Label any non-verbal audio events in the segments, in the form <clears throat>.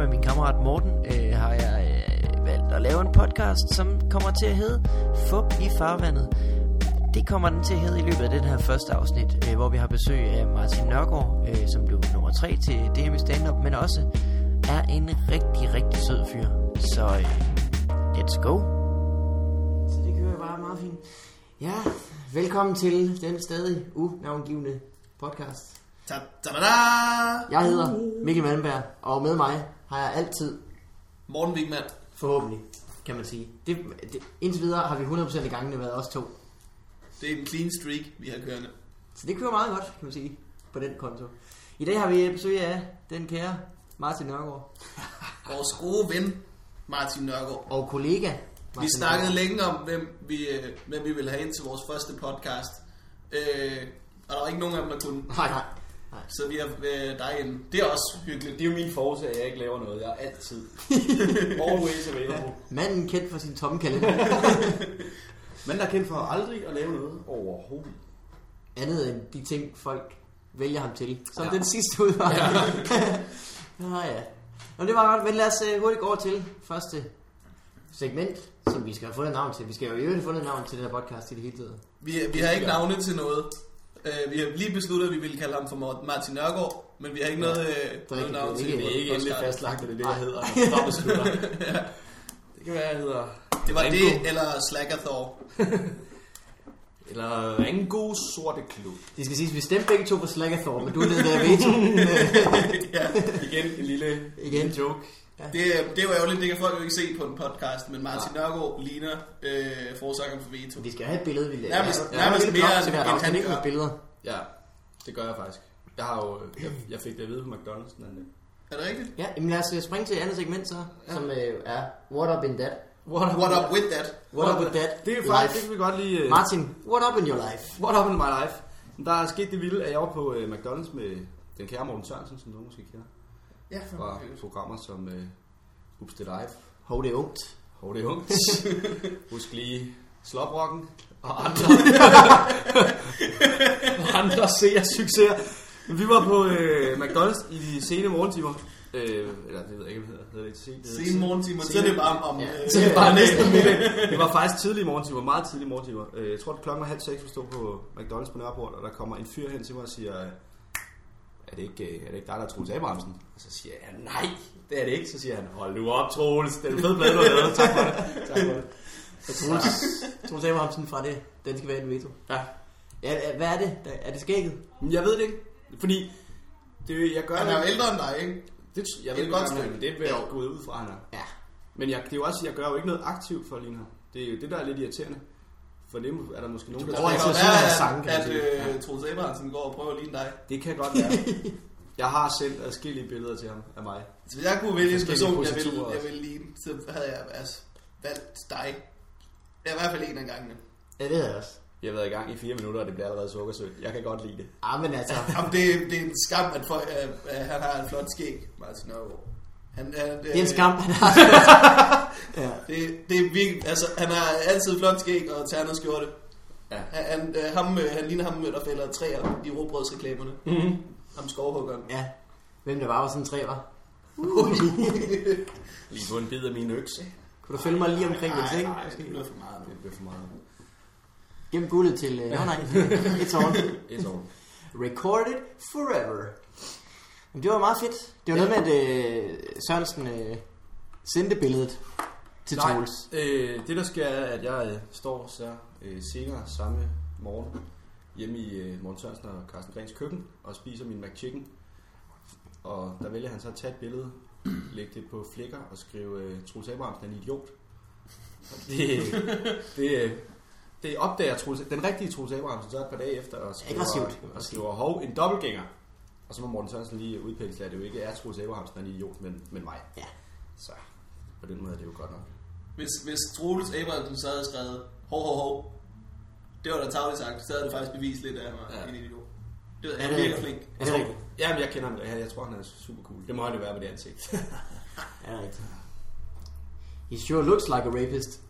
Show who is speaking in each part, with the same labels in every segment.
Speaker 1: med min kammerat Morten øh, har jeg øh, valgt at lave en podcast, som kommer til at hedde Fup i farvandet. Det kommer den til at hedde i løbet af den her første afsnit, øh, hvor vi har besøg af Martin Nørgaard, øh, som blev nummer 3 til DM i stand-up, men også er en rigtig, rigtig sød fyr. Så øh, let's go. Så det kører bare meget fint. Ja, velkommen til den stadig unavngivende podcast.
Speaker 2: Ta -ta -da -da!
Speaker 1: Jeg hedder Mikkel Malmberg, og med mig har jeg altid,
Speaker 2: Morten Wigman.
Speaker 1: forhåbentlig, kan man sige. Det, det, indtil videre har vi 100% af gangene været os to.
Speaker 2: Det er en clean streak, vi har kørende.
Speaker 1: Så det kører meget godt, kan man sige, på den konto. I dag har vi besøg af den kære Martin Nørgaard
Speaker 2: Vores gode ven, Martin Nørgaard.
Speaker 1: og kollega.
Speaker 2: Vi
Speaker 1: Martin
Speaker 2: snakkede længe om, hvem vi, øh, hvem vi ville have ind til vores første podcast. Øh, og der var ikke nogen af dem, der kunne.
Speaker 1: Nørgaard. Nej, nej. nej.
Speaker 2: Så vi har øh, dig ind. Det er også hyggeligt.
Speaker 3: Det er jo min force, at jeg ikke laver noget. Jeg er <laughs> altid. Always available.
Speaker 1: Manden kendt for sin tomme kalender.
Speaker 3: Men der er kendt for aldrig at lave noget overhovedet.
Speaker 1: Andet end de ting, folk vælger ham til. Som ja. den sidste udvej. Ja. <laughs> Nå ja. Nå, det var godt, men lad os øh, hurtigt gå over til første segment, som vi skal have fundet navn til. Vi skal jo i øvrigt have fundet navn til den her podcast i det hele taget.
Speaker 2: Vi, vi har ikke navne til noget. Øh, vi har lige besluttet, at vi ville kalde ham for Mor- Martin Nørgaard, men vi har ikke noget, øh, noget
Speaker 1: rigtigt,
Speaker 2: navn
Speaker 1: det er
Speaker 2: til
Speaker 1: ikke-
Speaker 3: Det er ikke
Speaker 2: vores
Speaker 3: endelig
Speaker 2: podcast.
Speaker 3: fastlagt, at det er det, jeg hedder. <laughs> når jeg beslutter. Det kan være, jeg hedder...
Speaker 2: Det var
Speaker 3: Ringo.
Speaker 2: det, eller Slackerthor.
Speaker 3: Eller Ringo Sorte Klub.
Speaker 1: Det skal siges, at vi stemte begge to på Slackathor, men du er den der
Speaker 3: <laughs>
Speaker 1: veto.
Speaker 2: ja.
Speaker 3: Igen en lille,
Speaker 1: Igen.
Speaker 3: Igen. lille joke.
Speaker 2: Det, det er jo ærgerligt, det kan folk jo ikke se på en podcast, men Martin Nørgaard ligner øh, forsangeren for Veto.
Speaker 1: Vi skal have et billede, vi laver.
Speaker 2: Nærmest-
Speaker 1: Ja,
Speaker 2: nærmest
Speaker 1: det er
Speaker 2: mere,
Speaker 1: nok til hvert
Speaker 2: end
Speaker 1: afsnit,
Speaker 2: han
Speaker 1: ikke med
Speaker 2: gør.
Speaker 1: billeder.
Speaker 3: Ja, det gør jeg faktisk. Jeg har jo... Jeg, jeg fik det at vide på McDonald's øh, den anden dag.
Speaker 2: Er det rigtigt?
Speaker 1: Ja, jamen lad os øh, springe til andet segment så, som øh, er What Up In That.
Speaker 3: What
Speaker 2: What up with that?
Speaker 1: What Up With That
Speaker 3: Det er
Speaker 1: Life.
Speaker 3: faktisk, det kan vi godt lige... øh,
Speaker 1: Martin, what up in your life?
Speaker 3: What up in my life? Men Der er sket det vilde, at jeg var på øh, McDonald's med den kære Morten Sørensen, som nogen måske kender.
Speaker 2: Ja,
Speaker 3: Fra programmer som øh, Ups The Life,
Speaker 1: Hov, det er ungt.
Speaker 3: Hov, det er ungt. Husk lige Sloprocken og andre, og andre seers succeser. Men Vi var på øh, McDonald's i de sene morgentimer. Øh, eller det ved jeg ikke, hvad det hedder. hedder. det sen- det hedder
Speaker 2: Sene morgentimer, så er det bare om...
Speaker 1: Ja.
Speaker 2: øh,
Speaker 3: så det var
Speaker 2: øh,
Speaker 3: næsten middag. Det var faktisk tidlige morgentimer, meget tidlige morgentimer. Øh, Jeg tror, at klokken var halv seks, vi stod på McDonald's på Nørreport, og der kommer en fyr hen til mig og siger, er det ikke, øh, er det ikke dig, der er Troels Abrahamsen? Og så siger jeg, nej, det er det ikke. Så siger han, hold nu op, Troels, det er en fed plade, du har lavet. Tak for det. Tak for det.
Speaker 1: Så Troels, Troels Abrahamsen fra det, den skal være en veto.
Speaker 3: Ja.
Speaker 1: Ja, øh, hvad er det? Der- Er det skægget?
Speaker 3: Men jeg ved det ikke, fordi det, jeg gør
Speaker 2: Han er jo ældre end dig, ikke?
Speaker 3: det, tr- jeg
Speaker 2: Det er
Speaker 3: ved
Speaker 2: et
Speaker 3: det
Speaker 2: godt
Speaker 3: godt,
Speaker 2: stykke.
Speaker 3: men det vil jeg jo gå ud fra, han er.
Speaker 1: Ja.
Speaker 3: Men jeg, det er jo også, jeg gør jo ikke noget aktivt for lige nu. Det er jo det, der er lidt irriterende. For det er der måske nogen, der...
Speaker 2: Det
Speaker 1: tror
Speaker 2: kan
Speaker 1: ikke,
Speaker 2: godt
Speaker 1: så sådan
Speaker 2: være,
Speaker 1: er sangen, kan
Speaker 2: at,
Speaker 1: man
Speaker 2: at
Speaker 1: sige.
Speaker 2: øh, Troels Abrahamsen går og prøver at ligne dig.
Speaker 3: Det kan godt være. Jeg har sendt adskillige billeder til ham af mig.
Speaker 1: Altså,
Speaker 2: Så hvis jeg kunne vælge en
Speaker 3: Forskellige
Speaker 2: person, jeg ville,
Speaker 3: positurer
Speaker 2: jeg
Speaker 3: også.
Speaker 2: ville ligne, så havde jeg altså valgt dig. Ja, i hvert fald en af gangene.
Speaker 1: Ja, det er det også.
Speaker 3: Jeg har været i gang i fire minutter, og det bliver allerede sukkersødt. Jeg kan godt lide det.
Speaker 1: Ah, men <laughs> altså,
Speaker 2: Jamen, det, er- det er en skam, at folk, øh, øh, han har en flot skæg, Martin Nørgaard. Han, han, øh,
Speaker 1: det er en skam, han har. ja.
Speaker 2: Det, det er virkelig, altså han har altid flot skæg og ternet skjorte.
Speaker 3: Ja.
Speaker 2: Han, han, øh, ham, øh, han ligner ham, der fælder træer i råbrødsreklamerne.
Speaker 3: Mm-hmm.
Speaker 2: Ham skovhuggeren.
Speaker 1: ja. Hvem der var, var sådan en træer.
Speaker 3: Lige på en bid af min økse.
Speaker 1: Kunne du følge mig lige omkring min ting?
Speaker 2: nej, det bliver for meget nu.
Speaker 3: Det blev for meget.
Speaker 1: Gennem guldet til... Øh, <laughs> nå nej, it's all.
Speaker 3: Et år.
Speaker 1: Recorded Forever. Men det var meget fedt. Det var noget med, at øh, Sørensen øh, sendte billedet til
Speaker 3: Nej,
Speaker 1: Troels.
Speaker 3: Øh, det der sker er, at jeg øh, står så øh, senere samme morgen hjemme i øh, Morten Sørensen og Carsten Grens køkken og spiser min McChicken. Og der vælger han så at tage et billede, lægge det på flikker og skrive, øh, Troels Abrahamsen er en idiot. Og
Speaker 1: <laughs>
Speaker 3: Det, det, øh, det opdager Troels, den rigtige Troels Abrahamsen så et par dage efter og skriver,
Speaker 1: Aggressivt.
Speaker 3: og skriver hov, en dobbeltgænger. Og så må Morten Sørensen lige udpensle, at det jo ikke er Troels Abrahamsen, der er en idiot, men, men mig.
Speaker 1: Ja.
Speaker 3: Så på den måde er det jo godt nok.
Speaker 2: Hvis, hvis Troels Abrahamsen så havde skrevet, hov, hov, hov, det var da tavligt sagt, så havde det faktisk bevist lidt af mig. Ja.
Speaker 3: Ja.
Speaker 2: En idiot. Det ved
Speaker 1: Er
Speaker 2: jeg,
Speaker 1: det
Speaker 2: han virker flink.
Speaker 1: rigtigt?
Speaker 3: Jeg
Speaker 1: Er det
Speaker 3: tror,
Speaker 1: rigtigt?
Speaker 3: jamen, jeg kender ham. Jeg, jeg tror, han er super cool. Det må han jo være med det ansigt.
Speaker 1: Er det rigtigt? He sure looks like a
Speaker 2: <laughs>
Speaker 1: rapist.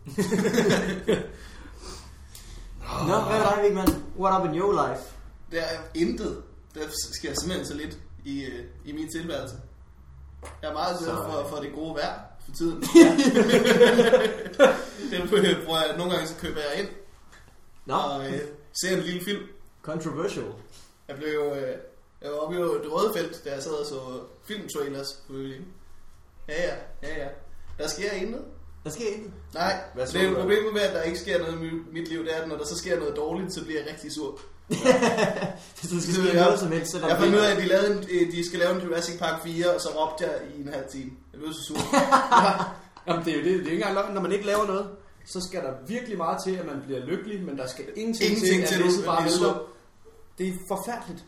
Speaker 1: Nå, hvad er dig, Vigman? What up in your life?
Speaker 2: Der er intet. Der sker simpelthen så lidt i, øh, i min tilværelse. Jeg er meget glad
Speaker 3: Så, øh,
Speaker 2: for, for det gode vejr for tiden. <laughs> det øh, bruger jeg, nogle gange så køber jeg ind
Speaker 3: Nå,
Speaker 2: og øh, ser en lille film.
Speaker 3: controversial.
Speaker 2: Jeg blev jo, øh, jeg var oppe i det røde felt, da jeg sad og så filmtrailers. på Øen. Ja, ja, ja, ja. Der sker intet.
Speaker 3: Der sker
Speaker 1: <laughs>
Speaker 3: ikke.
Speaker 2: Nej,
Speaker 3: <laughs> Hvad
Speaker 2: Hvad
Speaker 3: så
Speaker 2: det er jo
Speaker 3: du,
Speaker 2: problemet med, at der ikke sker noget i mit- mit liv, det er, at når der så sker noget dårligt, så bliver jeg rigtig sur.
Speaker 3: Hvis du skal
Speaker 2: Det ved
Speaker 3: skrive
Speaker 2: jeg.
Speaker 3: noget som helst, så er der
Speaker 2: Jeg fandt ud af, at de, lavede en, øh, de skal lave en Jurassic Park 4, og så råbte jeg i en halv time. Jeg blev så sur.
Speaker 3: Jamen, det er jo det, det er ikke engang løgn. Når man ikke laver noget, så skal der virkelig meget til, at man bliver lykkelig, men der skal ingenting,
Speaker 2: Ingenting
Speaker 3: til,
Speaker 2: til,
Speaker 3: at
Speaker 2: at
Speaker 3: læse
Speaker 2: du
Speaker 3: bare
Speaker 2: bliver
Speaker 3: vælter.
Speaker 2: sur.
Speaker 3: Det er forfærdeligt.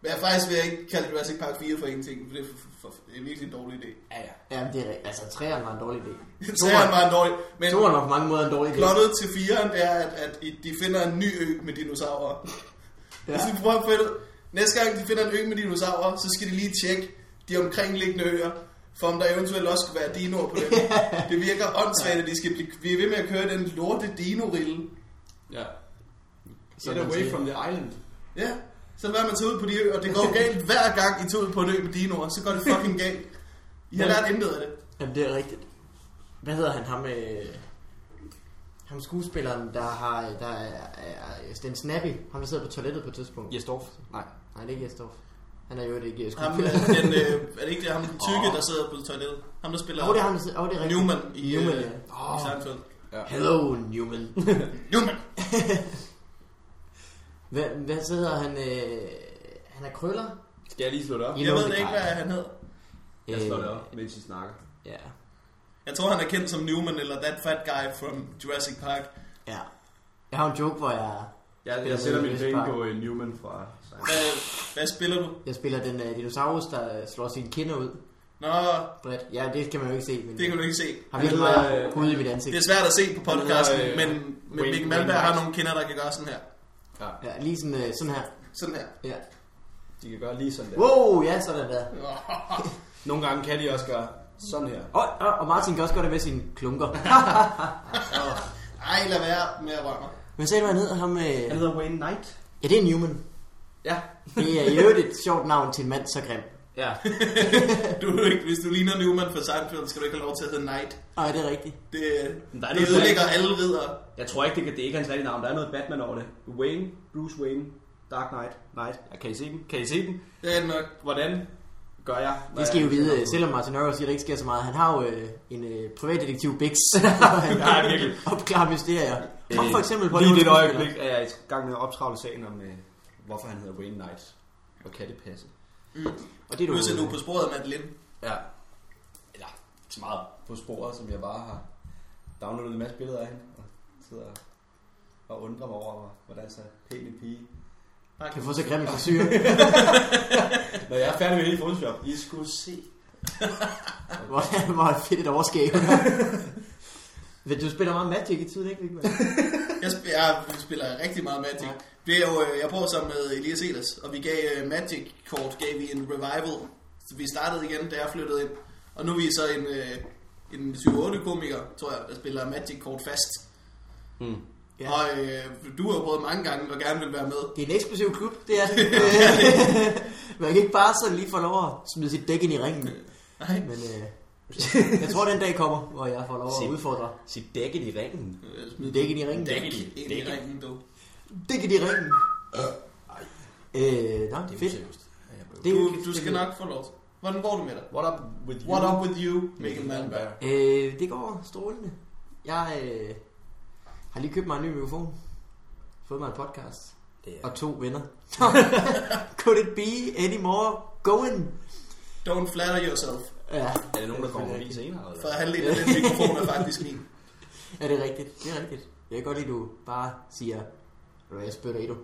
Speaker 2: Men jeg faktisk vil jeg ikke kalde Jurassic Park 4 for ingenting, for det er, for, for, for, det er virkelig en dårlig idé. <laughs>
Speaker 3: Ja, ja.
Speaker 1: Jamen, det er rigtigt. Altså, træerne var en dårlig idé.
Speaker 2: Serien var en dårlig, men
Speaker 1: Toren var på mange måder en dårlig idé.
Speaker 2: plottet til 4'eren, det er, at, at I- de finder en ny ø med dinosaurer. Ja. Jeg synes, prøv at finde, næste gang de finder en ø med dinosaurer, så skal de lige tjekke de omkringliggende øer, for om der eventuelt også skal være dinoer på dem. det virker åndssvagt, at de skal blive, blive ved med at køre den lorte dinorille.
Speaker 3: ja.
Speaker 1: Som
Speaker 3: Get
Speaker 1: man
Speaker 3: away
Speaker 1: siger.
Speaker 3: from the island.
Speaker 2: Ja, så hvad man tager ud på de øer, og det går galt hver gang I tager ud på en ø med dinoer, så går det fucking galt. I har
Speaker 1: Men-
Speaker 2: lært intet af det.
Speaker 1: Jamen, det er rigtigt. Hvad hedder han? Ham, øh, ham skuespilleren, der har... Der er, er Sten Snappy. Ham, der sidder på toilettet på et tidspunkt.
Speaker 3: Yes, Dorf. Nej.
Speaker 1: Nej, det er ikke Jesdorf. Han er jo ikke øh,
Speaker 2: Ham,
Speaker 1: skuespiller.
Speaker 2: øh, den, øh, er det ikke det, ham den tykke, der sidder på toilettet? Ham, der spiller
Speaker 1: Åh, det er ham, der sidder- åh, det er rigtigt.
Speaker 2: Newman i,
Speaker 1: Newman,
Speaker 2: øh,
Speaker 1: ja.
Speaker 2: i Seinfeld.
Speaker 1: Hello, Newman. <laughs>
Speaker 2: Newman!
Speaker 1: hvad, hvad så hedder han? Øh, han er krøller.
Speaker 3: Skal jeg lige slå det op?
Speaker 1: I
Speaker 2: Jeg
Speaker 1: know
Speaker 2: ved
Speaker 1: the
Speaker 2: ikke,
Speaker 1: guy.
Speaker 2: hvad han hedder.
Speaker 3: Jeg slår det
Speaker 1: Øh,
Speaker 3: op, mens I snakker.
Speaker 1: Ja.
Speaker 2: Jeg tror, han er kendt som Newman eller That Fat Guy from Jurassic Park.
Speaker 1: ja. Jeg har en joke, hvor jeg,
Speaker 3: Jeg,
Speaker 1: Spiller
Speaker 3: jeg sætter
Speaker 1: med
Speaker 3: mine
Speaker 1: Jurassic
Speaker 3: penge
Speaker 1: Park.
Speaker 3: på øh, Newman fra Science.
Speaker 2: Hvad, hvad spiller du?
Speaker 1: jeg spiller den øh, dinosaurus, der øh, slår sine kinder ud
Speaker 2: Nå,
Speaker 1: bredt. Ja, det kan man jo ikke se, men
Speaker 2: det kan du ikke se.
Speaker 1: har virkelig
Speaker 3: Han hedder,
Speaker 1: meget
Speaker 3: øh,
Speaker 1: hud i mit ansigt.
Speaker 2: Det er svært at se på podcasten,
Speaker 3: Han hedder, øh,
Speaker 2: men, men
Speaker 3: Wayne-
Speaker 2: Mikkel
Speaker 3: Wayne
Speaker 2: Malmberg har
Speaker 3: Knight.
Speaker 2: nogle kinder, der kan gøre sådan her.
Speaker 3: Ja,
Speaker 1: Ja, lige sådan, øh, sådan her.
Speaker 2: Sådan her.
Speaker 1: Ja.
Speaker 3: de kan gøre lige sådan der.
Speaker 1: Wow, ja, sådan der.
Speaker 3: Nogle gange kan de også gøre sådan her.
Speaker 1: Og, og, og Martin kan også gøre det med sine klunker.
Speaker 2: Ej, lad være med at røre mig.
Speaker 1: Men sagde du, han hedder ham... Øh...
Speaker 3: Han hedder Wayne Knight.
Speaker 1: Ja, det er Newman.
Speaker 3: Ja.
Speaker 1: Det er i øvrigt et sjovt navn til en mand så grim.
Speaker 3: Ja.
Speaker 2: Du, er jo ikke- hvis du ligner Newman fra Seinfeld, skal du ikke have lov til at hedde Knight.
Speaker 1: Nej, det er rigtigt.
Speaker 2: Det,
Speaker 3: Men der er
Speaker 2: det
Speaker 3: noget
Speaker 2: ødelægger alle ridder.
Speaker 3: Jeg tror ikke, det, kan, det er ikke hans rigtige navn. Der er noget Batman over det. Wayne, Bruce Wayne, Dark Knight, Knight. Ja, kan I se den? Kan I se den?
Speaker 2: Det er nok.
Speaker 3: Hvordan gør jeg? Hvad
Speaker 1: Det skal I jo
Speaker 3: er-
Speaker 1: vide, øh, selvom Martin Nørgaard siger, at der ikke sker så meget. Han har jo øh, en øh, privatdetektiv
Speaker 3: <laughs>
Speaker 1: Bix, han
Speaker 3: Ja,
Speaker 1: <laughs>
Speaker 3: virkelig.
Speaker 1: opklarer mysterier. Kom for eksempel på
Speaker 3: Øh, lige
Speaker 1: det
Speaker 3: det øjeblik, at jeg er i gang med at optravle sagen om, øh, hvorfor han hedder Wayne Knight. Og kan det passe?
Speaker 1: Og det er du,
Speaker 2: Pludselig er du på sporet, Madeline.
Speaker 3: Ja. Eller så meget på sporet, som jeg bare har downloadet en masse billeder af hende. Og sidder og undrer mig over, hvordan så pæn en pige.
Speaker 2: Bare
Speaker 1: kan få så grim en frisyr.
Speaker 3: <laughs> Når jeg er færdig med hele Photoshop, I skulle se.
Speaker 1: Hvor, hvor fedt et
Speaker 3: <laughs>
Speaker 1: overskæg. Men du spiller meget Magic i tiden, ikke? Vigman?
Speaker 2: Jeg, sp- jeg spiller rigtig meget Magic.
Speaker 1: Ja.
Speaker 2: Det er jo, øh, jeg bor sammen med Elias Elas, og vi gav øh, Magic-kort, gav vi en revival. Så vi startede igen, da jeg flyttede ind. Og nu er vi så en, øh, en 7-8 komiker, tror jeg, der spiller Magic-kort fast.
Speaker 3: Hmm.
Speaker 1: Ja.
Speaker 2: Ja. Og øh, du har jo prøvet mange gange og gerne vil være med.
Speaker 1: Det er en eksklusiv klub, det er det. <laughs> Man kan ikke bare sådan lige få lov at smide sit dæk ind i ringen.
Speaker 2: Nej,
Speaker 1: Men øh, jeg tror, den dag kommer, hvor jeg får lov at
Speaker 3: Sim.
Speaker 1: udfordre.
Speaker 3: Sit dækket i ringen.
Speaker 2: øh, smid
Speaker 1: Dæk ind i ringen.
Speaker 2: dæk
Speaker 3: Dækket.
Speaker 2: ind i
Speaker 3: Dækket.
Speaker 2: ringen, du.
Speaker 1: Dæk ind i ringen. Øh, nej,
Speaker 3: Det er
Speaker 1: fedt.
Speaker 3: seriøst. Ja, jeg blev-
Speaker 1: Det er
Speaker 2: du.
Speaker 1: hyggeligt.
Speaker 2: Du skal nok få lov. Hvordan går det med dig?
Speaker 3: What up with you?
Speaker 2: What up with you, Mikkel Malmberg?
Speaker 1: Øh, det går strålende. Jeg øh, har lige købt mig en ny mikrofon. Fået mig en podcast.
Speaker 3: Det er-
Speaker 1: Og to venner. <laughs> Could it be any more going?
Speaker 2: Don't flatter yourself,
Speaker 1: Ja,
Speaker 3: Er der nogen, der kommer forbi senere?
Speaker 2: for
Speaker 3: Eller?
Speaker 2: halvdelen af den mikrofon er faktisk min.
Speaker 1: er det er rigtigt? Det er rigtigt. Jeg kan godt lide, at du bare siger, "Ved du hvad, jeg spytter i du.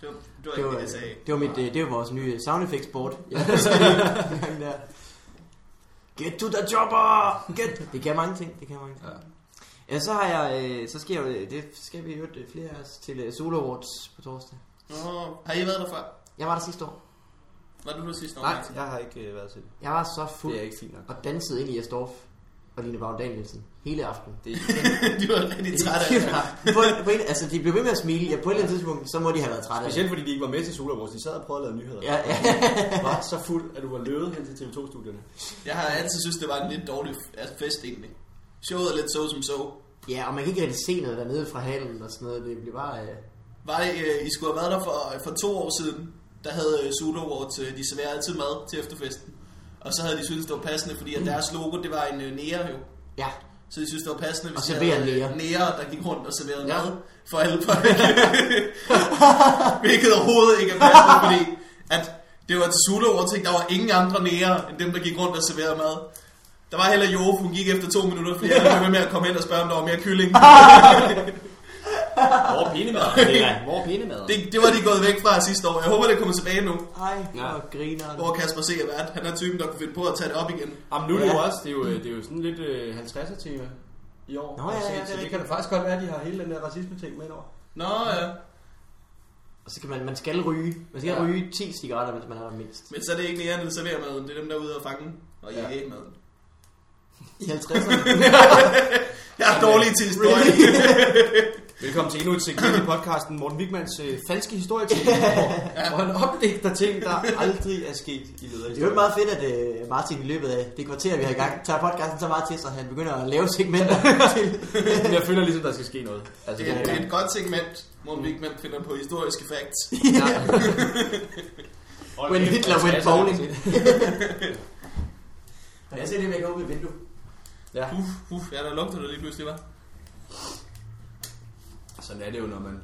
Speaker 2: Det var, det var
Speaker 1: Det
Speaker 2: ikke
Speaker 1: var,
Speaker 2: det, jeg sagde.
Speaker 1: det var, mit, øh, det var vores nye sound effects
Speaker 2: <laughs>
Speaker 1: board. Jeg husker det en gang der. Get to the chopper! Get. Det kan mange ting, det kan mange ting.
Speaker 3: Ja.
Speaker 1: Ja, så har jeg, øh, så skal jeg, jo- det skal vi jo flere af os til øh, Solo Awards på torsdag.
Speaker 2: Nå, har I været der før?
Speaker 1: Jeg var der sidste år.
Speaker 2: Var du der sidste år?
Speaker 3: Nej,
Speaker 2: Martin? <laughs>
Speaker 3: jeg har ikke øh, været til det.
Speaker 1: Jeg var så
Speaker 3: Det
Speaker 1: fuld
Speaker 3: er ikke fint nok.
Speaker 1: og dansede ind i Astorf. og Line Vagn Danielsen hele aftenen.
Speaker 3: Det,
Speaker 2: de var rigtig trætte af det.
Speaker 1: på, på en, altså, de blev ved med at smile. Ja, på et eller andet tidspunkt, så må de have været trætte af det.
Speaker 3: specielt fordi de ikke var med til Solar Wars. De sad og prøvede at lave nyheder.
Speaker 1: Ja, ja. <laughs>
Speaker 3: Var så fuld, at du var løbet hen til TV2-studierne.
Speaker 2: Jeg har altid synes det var en lidt dårlig f- altså, fest egentlig. Showet er lidt så som så.
Speaker 1: ja, og man kan ikke rigtig se noget dernede fra halen og sådan noget. Det bliver bare... Øh,
Speaker 2: Var det, øh, I skulle have været der for, for to år siden, der havde øh, Zulu Awards, øh, de serverer altid mad til efterfesten. Og så havde de syntes, det var passende, fordi
Speaker 1: Mm.
Speaker 2: at deres logo, det var en øh, nære jo.
Speaker 1: ja,
Speaker 2: Så de synes, det var passende,
Speaker 1: Og
Speaker 2: hvis de
Speaker 1: serverer
Speaker 2: havde
Speaker 1: nære.
Speaker 2: nære, der gik rundt og serverede
Speaker 1: Ja.
Speaker 2: ja. mad for alle folk. <laughs> Hvilket overhovedet ikke er
Speaker 1: <laughs>
Speaker 2: passende, fordi at det var til Zulu Awards, ikke? der var ingen andre nære, end dem, der gik rundt og serverede mad. Der var heller Jo, hun gik efter to minutter, fordi jeg blev ved med at komme hen og spørge, om der var mere
Speaker 1: <laughs>
Speaker 2: kylling.
Speaker 3: Hvor er <laughs> pinemad? Hvor er pinemad?
Speaker 2: Det, det var de gået væk fra sidste år. Jeg håber, det kommer tilbage nu.
Speaker 1: Ej,
Speaker 3: Ja.
Speaker 1: hvor griner
Speaker 2: Hvor Kasper C. er vært. Han er typen, der kunne finde på at tage det op igen.
Speaker 3: Jamen nu er det jo
Speaker 1: Ja.
Speaker 3: også, det er jo, det er jo sådan lidt øh, 50'er tema i år. Altså,
Speaker 1: Nå, ja,
Speaker 3: Så-
Speaker 1: ja, det er
Speaker 3: så det
Speaker 1: rigtigt.
Speaker 3: kan da faktisk godt være, at de har hele den der racisme-ting med over.
Speaker 2: Nå ja.
Speaker 1: Og så kan man, man skal ryge. Man skal
Speaker 3: Ja.
Speaker 1: ja. ryge 10 cigaretter, mens man er der mindst.
Speaker 2: Men så er det ikke nærende serverer maden. Det er dem, der er ude og fange og
Speaker 3: Ja.
Speaker 2: ja. jage maden.
Speaker 1: I 50'erne.
Speaker 2: Jeg er dårlig til historie.
Speaker 3: Velkommen til endnu et segment i podcasten Morten Wigmans øh, falske <laughs> historieting, hvor, hvor han opdægter ting, der aldrig er sket i
Speaker 1: Det er jo
Speaker 3: lederhistorien.
Speaker 1: ikke meget fedt, at øh, Martin i løbet af det kvarter, vi har i gang, tager podcasten så meget til sig, at han begynder at lave <laughs> segmenter til.
Speaker 3: Men jeg føler ligesom, der skal ske noget. Altså,
Speaker 2: Det er,
Speaker 3: det,
Speaker 2: det er et godt segment. Morten Wigman finder på historiske facts.
Speaker 1: When Hitler
Speaker 3: Altså,
Speaker 1: went bowling.
Speaker 3: Kan
Speaker 1: jeg se det, jeg går ud i vinduet?
Speaker 3: Ja,
Speaker 2: Uff, uff. Ja, der lugter det lige pludselig, hva'?
Speaker 3: sådan er det jo, når man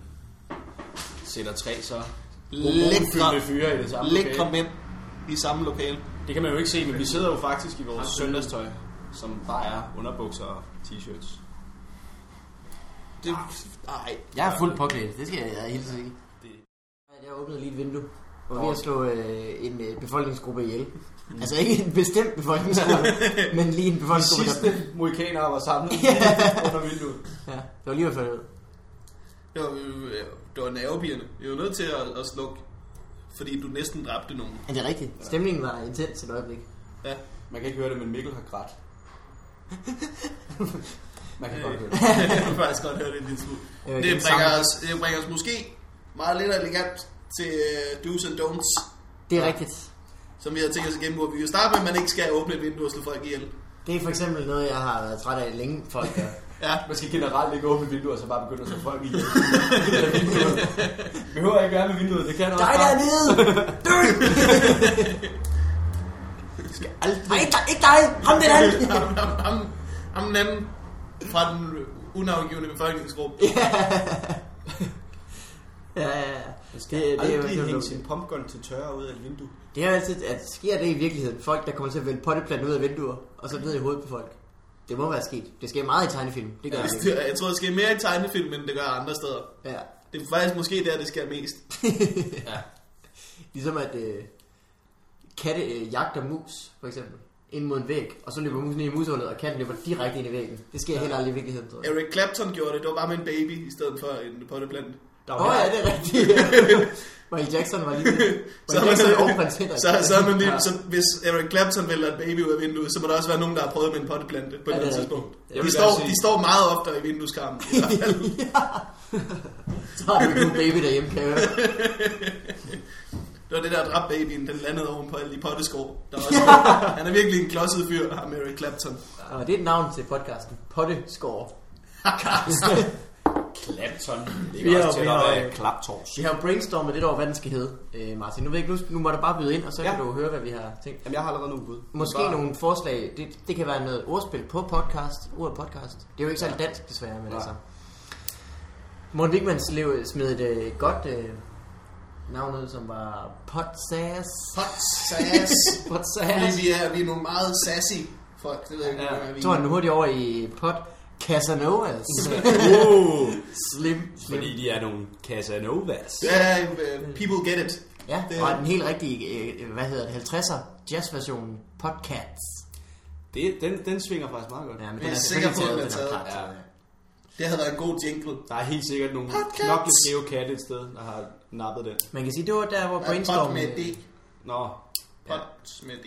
Speaker 3: sætter tre så
Speaker 2: Lækre,
Speaker 3: hormonfyldte fyre i det samme
Speaker 2: lækre
Speaker 3: lokale.
Speaker 2: mænd i samme lokale.
Speaker 3: Det kan man jo ikke se, men vi sidder jo faktisk i vores søndagstøj, som bare er underbukser og t-shirts.
Speaker 2: Det, ej.
Speaker 1: Jeg er fuldt påklædt, det skal jeg, jeg hilse sige.
Speaker 3: Det-
Speaker 1: Jeg åbnede lige et vindue, hvor vi har slået øh, en øh, befolkningsgruppe ihjel. Altså ikke en bestemt <laughs> befolkningsgruppe, men lige en
Speaker 3: De
Speaker 1: befolkningsgruppe,
Speaker 3: sidste mohikanere var samlet under vinduet.
Speaker 1: der... Ja, det var lige ved at falde ud.
Speaker 2: Det var, øh, det var nervepigerne. Vi var nødt til at, at slukke, fordi du næsten dræbte nogen.
Speaker 1: Er det rigtigt? Stemningen var intens et øjeblik.
Speaker 2: Ja.
Speaker 3: Man kan ikke høre det, men Mikkel har grædt. Man kan godt høre det.
Speaker 2: jeg kan faktisk godt høre det en lille smule.
Speaker 1: Øh,
Speaker 2: Det
Speaker 1: den
Speaker 2: bringer,
Speaker 1: samme-
Speaker 2: os, det bringer os måske meget lidt elegant til øh, do's and don'ts,
Speaker 1: Det er rigtigt.
Speaker 2: som vi har tænkt os at gennemgå. Vi kan starte med, at man ikke skal åbne et vindue og slå folk ihjel.
Speaker 1: Det er for eksempel noget, jeg har været træt af længe, folk gør.
Speaker 2: Ja,
Speaker 3: Man skal generelt ikke åbne vinduer, og så bare begynde at slå folk i. behøver ikke være med vinduet, det kan også
Speaker 1: Dig
Speaker 3: bare.
Speaker 1: dernede! Dø! Du <laughs> skal aldrig... Nej, ikke dig! Ikke dig! Ham den anden!
Speaker 2: <laughs> ham, ham, ham, ham den anden fra den unafgivende befolkningsgruppe.
Speaker 1: Ja, ja, ja.
Speaker 3: Man
Speaker 1: Det, det, er jo- det, er
Speaker 3: aldrig
Speaker 1: jo-
Speaker 3: hænge sin pumpgun til tørre ud af et vindue.
Speaker 1: det er jo altid, at sker det i virkeligheden? Folk, der kommer til at vælge potteplanten ud af vinduer, og så ned i hovedet på folk. Det må være sket. Det sker meget i tegnefilm. Det gør det. ikke.
Speaker 2: Jeg tror, det sker mere i tegnefilm, end det gør andre steder.
Speaker 1: Ja.
Speaker 2: Det er faktisk måske der, det sker mest.
Speaker 3: Ja.
Speaker 1: Ligesom at øh, katte øh, jagter mus, for eksempel, ind mod en væg, og så løber musen ind i mushullet, og katten løber direkte ind i væggen. Det sker ja. heller aldrig i virkeligheden, tror jeg.
Speaker 2: Eric Clapton gjorde det. Det var bare med en baby i stedet for en potteplante.
Speaker 3: Der
Speaker 1: Åh
Speaker 3: var
Speaker 1: oh, ja,
Speaker 3: heller-
Speaker 1: det er rigtigt. <laughs> Michael Jackson var lige...
Speaker 2: Så,
Speaker 1: Michael Jackson og prins Henrik.
Speaker 2: så, så, er man lige, så hvis Eric Clapton vælter en baby ud af vinduet, så må der også være nogen, der har prøvet med en potteplante på et
Speaker 1: Ja, det
Speaker 2: eller
Speaker 1: er
Speaker 2: andet tidspunkt.
Speaker 1: rigtigt.
Speaker 3: Jeg
Speaker 2: De
Speaker 3: vil
Speaker 2: står,
Speaker 3: gerne se-
Speaker 2: de står meget oftere i vindueskarmen. i
Speaker 3: <laughs>
Speaker 2: hvert fald.
Speaker 1: Så har vi en baby derhjemme, kan jeg høre.
Speaker 2: Det var det der dræb babyen, den landede oven på alle de potteskår. Der var også, han er virkelig en klodset fyr, ham Eric Clapton.
Speaker 1: Og det er et navn til podcasten. Potteskår.
Speaker 3: Clapton. Det
Speaker 1: Vi
Speaker 3: er
Speaker 1: har-
Speaker 3: også til
Speaker 1: vi
Speaker 3: at
Speaker 1: har-
Speaker 3: være klaptors.
Speaker 1: Vi har jo brainstormet lidt over, hvad den skal hedde, øh, Martin. Nu, ved jeg, ikke, nu, nu må du bare byde ind, og så
Speaker 3: Ja.
Speaker 1: ja. kan du høre, hvad vi har tænkt.
Speaker 3: Jamen, jeg har allerede nogle bud.
Speaker 1: Måske
Speaker 3: Bare-
Speaker 1: bare... nogle forslag. Det, det kan være noget ordspil på podcast. Ordet podcast. Det er jo ikke særlig dansk, desværre, men
Speaker 3: Nej.
Speaker 1: altså... Morten Wigmans lev smed et øh, godt øh, navn ud, som var Potsas.
Speaker 2: Hot sass.
Speaker 1: Potsas.
Speaker 2: Fordi vi er, vi er nogle meget sassy folk. Det ved jeg ikke,
Speaker 3: Ja.
Speaker 2: hvad vi
Speaker 1: Så var den hurtigt over i pot Casanovas.
Speaker 3: <laughs> Uh,
Speaker 1: Slim. Slim.
Speaker 3: fordi de er nogle Casanovas.
Speaker 2: Ja, øh, people get it.
Speaker 1: Ja,
Speaker 2: Det-
Speaker 1: og den helt rigtige, øh, hvad hedder det, 50'er jazzversionen, Podcasts.
Speaker 3: Det, den, den svinger faktisk meget godt.
Speaker 1: Ja, men
Speaker 2: Jeg
Speaker 1: den
Speaker 2: er
Speaker 1: er
Speaker 2: sikker
Speaker 1: selvfølgelig
Speaker 2: på,
Speaker 1: taget,
Speaker 2: den
Speaker 1: den
Speaker 2: er
Speaker 1: er klart
Speaker 3: taget.
Speaker 1: taget.
Speaker 2: Det havde været en god jingle.
Speaker 3: Der er helt sikkert nogle
Speaker 2: Podcast.
Speaker 3: knokleskæve katte et sted, der har nappet den.
Speaker 1: Man kan sige, det var der, hvor
Speaker 2: Pot
Speaker 1: brainstorm...
Speaker 2: med D.
Speaker 3: Nå,
Speaker 2: Pot med D.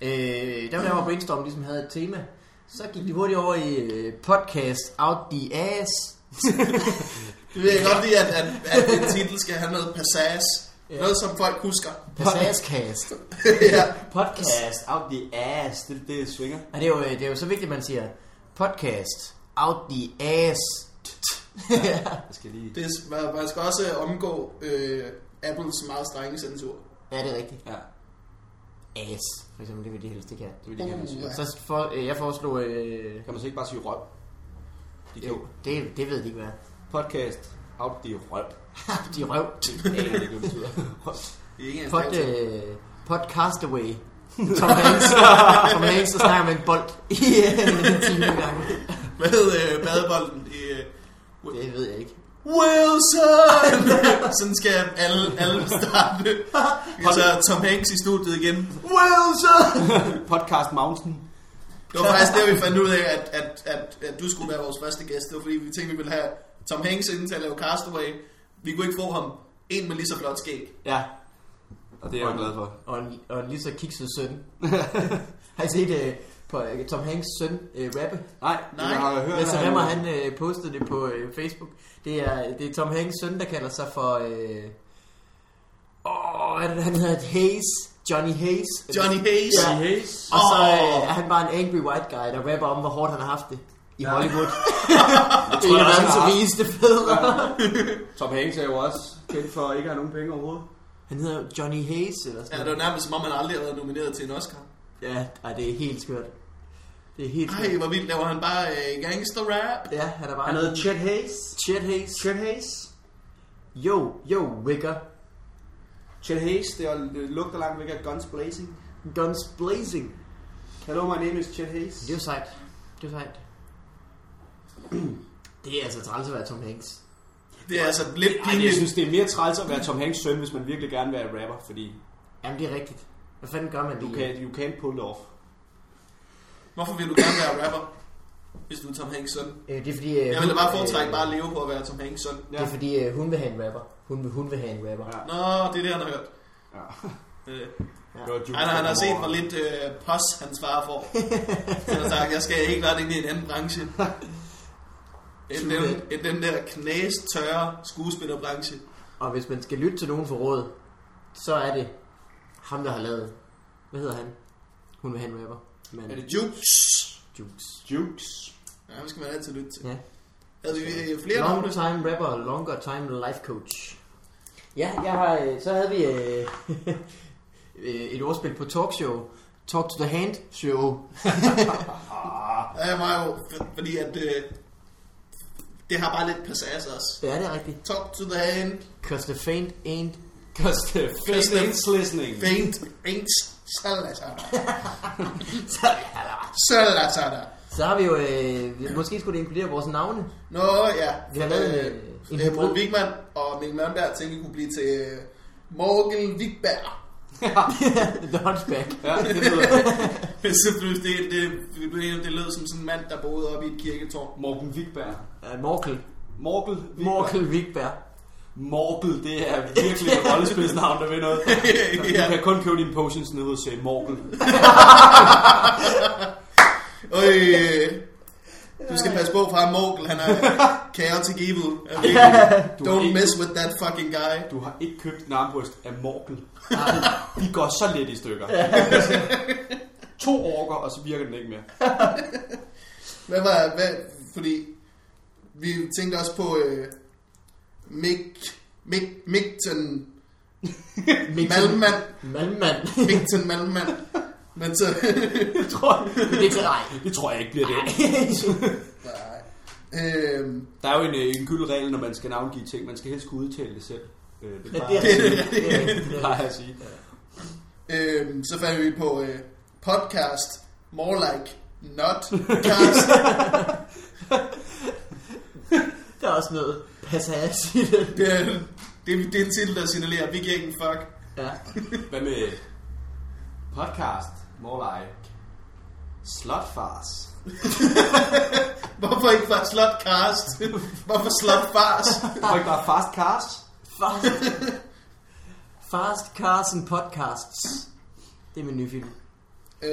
Speaker 1: Øh, der var der, hvor brainstorm ligesom havde et tema. Så gik vi hurtigt over i øh, podcast Out the
Speaker 2: <laughs>
Speaker 1: Ass.
Speaker 2: Det vil jeg godt lide, at, at, at den titel skal have noget passage.
Speaker 1: Ja.
Speaker 2: Noget, som folk husker.
Speaker 1: Passagecast.
Speaker 2: <laughs> ja.
Speaker 3: Podcast out the ass. Det, det er swinger.
Speaker 1: Og det er, jo, øh, det er jo så vigtigt, at man siger podcast Out the Ass.
Speaker 3: Jeg skal lige...
Speaker 2: Det, er- man, man skal også øh, omgå øh, Apples meget strenge censur.
Speaker 1: <laughs> ja, det er rigtigt.
Speaker 3: Ja,
Speaker 1: Ass, for eksempel, det vil de helst ikke have.
Speaker 3: det vil de gerne
Speaker 2: Uh,
Speaker 3: sige.
Speaker 2: ja.
Speaker 1: Så for, øh, jeg foreslog... Øh,
Speaker 3: Kan man så ikke bare sige røv? De kan
Speaker 1: jo, det, det ved de ikke, hvad er.
Speaker 3: Podcast out the røv.
Speaker 1: De er røv.
Speaker 3: Det aner jeg ikke, hvad det betyder.
Speaker 2: Det er ikke en
Speaker 1: Pod,
Speaker 2: det.
Speaker 1: øh,
Speaker 2: <laughs>
Speaker 1: podcastaway. Tom Hanks, Tom Hanks, så snakker man bold i øh, en time ad gangen.
Speaker 2: Hvad hed øh, badebolden i... Øh,
Speaker 1: Det ved jeg ikke.
Speaker 3: <laughs>
Speaker 2: Wilson! Sådan skal alle, alle starte. Så Tom Hanks i studiet igen. Wilson!
Speaker 3: <laughs> Podcast mountain.
Speaker 2: Det var faktisk der, vi fandt ud af, at, at, at, at du skulle være vores første gæst. Det var fordi, vi tænkte, vi ville have Tom Hanks inden til at lave Castaway. Vi kunne ikke få ham en med lige så flot skæg.
Speaker 1: Ja,
Speaker 3: Og det er jeg jo glad for.
Speaker 1: og en, og en lige så kikset søn. <laughs> har I set øh, på øh, Tom Hanks søn øh, rappe?
Speaker 3: Nej,
Speaker 2: Nej.
Speaker 3: jeg har hørt...
Speaker 1: Men så
Speaker 3: at
Speaker 1: remmer han øh, postede det på øh, Facebook. Det er, det er Tom Hanks søn, der kalder sig for... Øh, åh, han, han hedder Hayes. Johnny Hayes.
Speaker 2: Johnny Hayes.
Speaker 1: Ja.
Speaker 2: Ja.
Speaker 3: Hayes.
Speaker 1: Og så
Speaker 2: Åh.
Speaker 1: øh, er han bare en angry white guy, der rapper om, hvor hårdt han har haft det i Hollywood.
Speaker 3: Jeg
Speaker 1: det er en af
Speaker 3: også, han
Speaker 1: verdens
Speaker 3: har-
Speaker 1: rigeste fædre.
Speaker 3: Tom Hanks er jo også kendt for ikke at have nogen penge overhovedet.
Speaker 1: Han hedder jo Johnny Hayes eller sådan
Speaker 2: det var nærmest som om, han aldrig har været nomineret til en Oscar.
Speaker 1: noget. Ja, ej, det er helt skørt. Det er helt skørt.
Speaker 2: Ej, hvor vildt laver han bare øh, gangster rap.
Speaker 1: Ja, han er bare...
Speaker 3: Han hedder Chet Hayes.
Speaker 1: Chet Hayes.
Speaker 3: Chet Hayes.
Speaker 1: Yo, yo, Wicker.
Speaker 3: Chet Hayes, det, er, det lugter langt væk af Guns Blazing.
Speaker 1: Guns blazing.
Speaker 3: Hello, my name is Chet Hayes.
Speaker 1: Det er jo sejt. Det er jo sejt. <clears throat> Det er altså træls at være Tom Hanks.
Speaker 2: Det er altså lidt
Speaker 3: Ej, jeg
Speaker 2: pinligt.
Speaker 3: synes, det er mere træls at være Tom Hanks søn, hvis man virkelig gerne vil være rapper, fordi
Speaker 1: Jamen, det er rigtigt. Hvad fanden gør man
Speaker 3: you,
Speaker 1: lige?
Speaker 3: can, you can't pull it off.
Speaker 2: Hvorfor vil du gerne være rapper, hvis du er Tom Hanks søn?
Speaker 1: Øh, det er fordi... Øh,
Speaker 2: Jeg ville
Speaker 1: hun-
Speaker 2: da bare foretrække
Speaker 1: øh,
Speaker 2: bare at leve på at være Tom Hanks søn.
Speaker 1: Det er fordi, øh, hun vil have en rapper. Hun vil, hun vil have en rapper.
Speaker 3: Ja.
Speaker 2: Nå, det er det, han har hørt.
Speaker 3: Ja.
Speaker 2: Øh,
Speaker 3: Det var Juice
Speaker 2: han, han har
Speaker 3: Gilmore.
Speaker 2: set mig lidt øh, pos, hans far får. Han har sagt, jeg skal helt klart ind i en anden branche. End den, end den der knæstørre skuespillerbranche.
Speaker 1: Og hvis man skal lytte til nogen for råd, så er det ham, der har lavet... Hvad hedder han? Hun vil have en rapper. Men
Speaker 2: Er det Jukes?
Speaker 1: Jukes.
Speaker 3: Jukes.
Speaker 2: Ja, ham skal man altid lytte til.
Speaker 1: Ja.
Speaker 2: Havde vi øh, flere
Speaker 1: Long
Speaker 2: navne?
Speaker 1: time rapper, longer time life coach. Ja, jeg har, øh, så havde vi øh, <laughs> øh, et ordspil på talkshow. Talk to the hand show.
Speaker 3: Ah,
Speaker 2: Ja, jeg var jo, for- fordi at... Øh, det har bare lidt passage også.
Speaker 1: Ja, det er rigtigt.
Speaker 2: Talk to the hand.
Speaker 1: Cause the faint ain't...
Speaker 3: Cause the
Speaker 2: Cause the-
Speaker 3: faint's listening.
Speaker 2: Faint. Ain't. Salazar.
Speaker 1: Så-
Speaker 2: Salazar.
Speaker 1: Så har vi jo... Øh, vi- måske skulle det inkludere vores navne. <laughs>
Speaker 2: Nå ja.
Speaker 1: Vi har lavet en, øh, en hybrid.
Speaker 2: Brun Wigman og Mikkel Malmberg tænkte, vi kunne blive til øh, Morgel Wigberg.
Speaker 1: the hunchback.
Speaker 3: Ja, det lyder
Speaker 2: <laughs> Så pludselig, det, det, det, blev enige om, det lød som sådan en mand, der boede oppe i et
Speaker 1: <laughs>
Speaker 2: kirketårn.
Speaker 3: Morten Wigberg.
Speaker 1: Uh, Morkel.
Speaker 3: Morkel Wigberg.
Speaker 1: Morkel Wigberg.
Speaker 3: Morkel, det er virkelig et rollespilsnavn, der ved noget.
Speaker 2: <laughs> ja.
Speaker 3: Du kan kun købe dine potions nede hos øh, Morkel.
Speaker 2: Øh, du skal passe på fra Morgel, han er
Speaker 1: <laughs>
Speaker 2: chaotic evil. Er virkelig-
Speaker 3: Du har
Speaker 2: Don't
Speaker 3: ikke-
Speaker 2: mess with that fucking guy.
Speaker 3: Du har ikke købt en armbryst af Morkel. <laughs> De går så lidt i stykker. <laughs> to orker, og så virker den ikke mere.
Speaker 2: Hvad var, hvad, fordi vi tænkte også på øh, Mick, Mick, Migton Malmand.
Speaker 1: Malmand. <laughs>
Speaker 2: Migton Malmand. Men så...
Speaker 1: det tror jeg. Det er til dig.
Speaker 3: Det tror jeg ikke bliver det.
Speaker 2: Nej. Øhm,
Speaker 3: Der er jo en, øh, en gyldig regel, når man skal navngive ting. Man skal helst kunne udtale det selv. Øh, det
Speaker 1: <laughs>
Speaker 3: plejer,
Speaker 1: Det er
Speaker 3: det
Speaker 1: rigtigt. Det er rigtigt.
Speaker 3: plejer jeg at sige.
Speaker 2: øhm, så fandt vi på øh, podcast More Like Not Cast.
Speaker 1: Der er også noget passage i det.
Speaker 2: det, er, det, er- det er en titel, der signalerer, at vi giver ikke en fuck.
Speaker 1: Ja.
Speaker 3: Hvad med øh, podcast? More like slotfars.
Speaker 2: Hvorfor ikke bare slotcast? Hvorfor slotfars?
Speaker 3: Hvorfor ikke bare fastcast?
Speaker 1: Fast, Fast Carson Podcasts. Det er min nye film.
Speaker 2: Øh,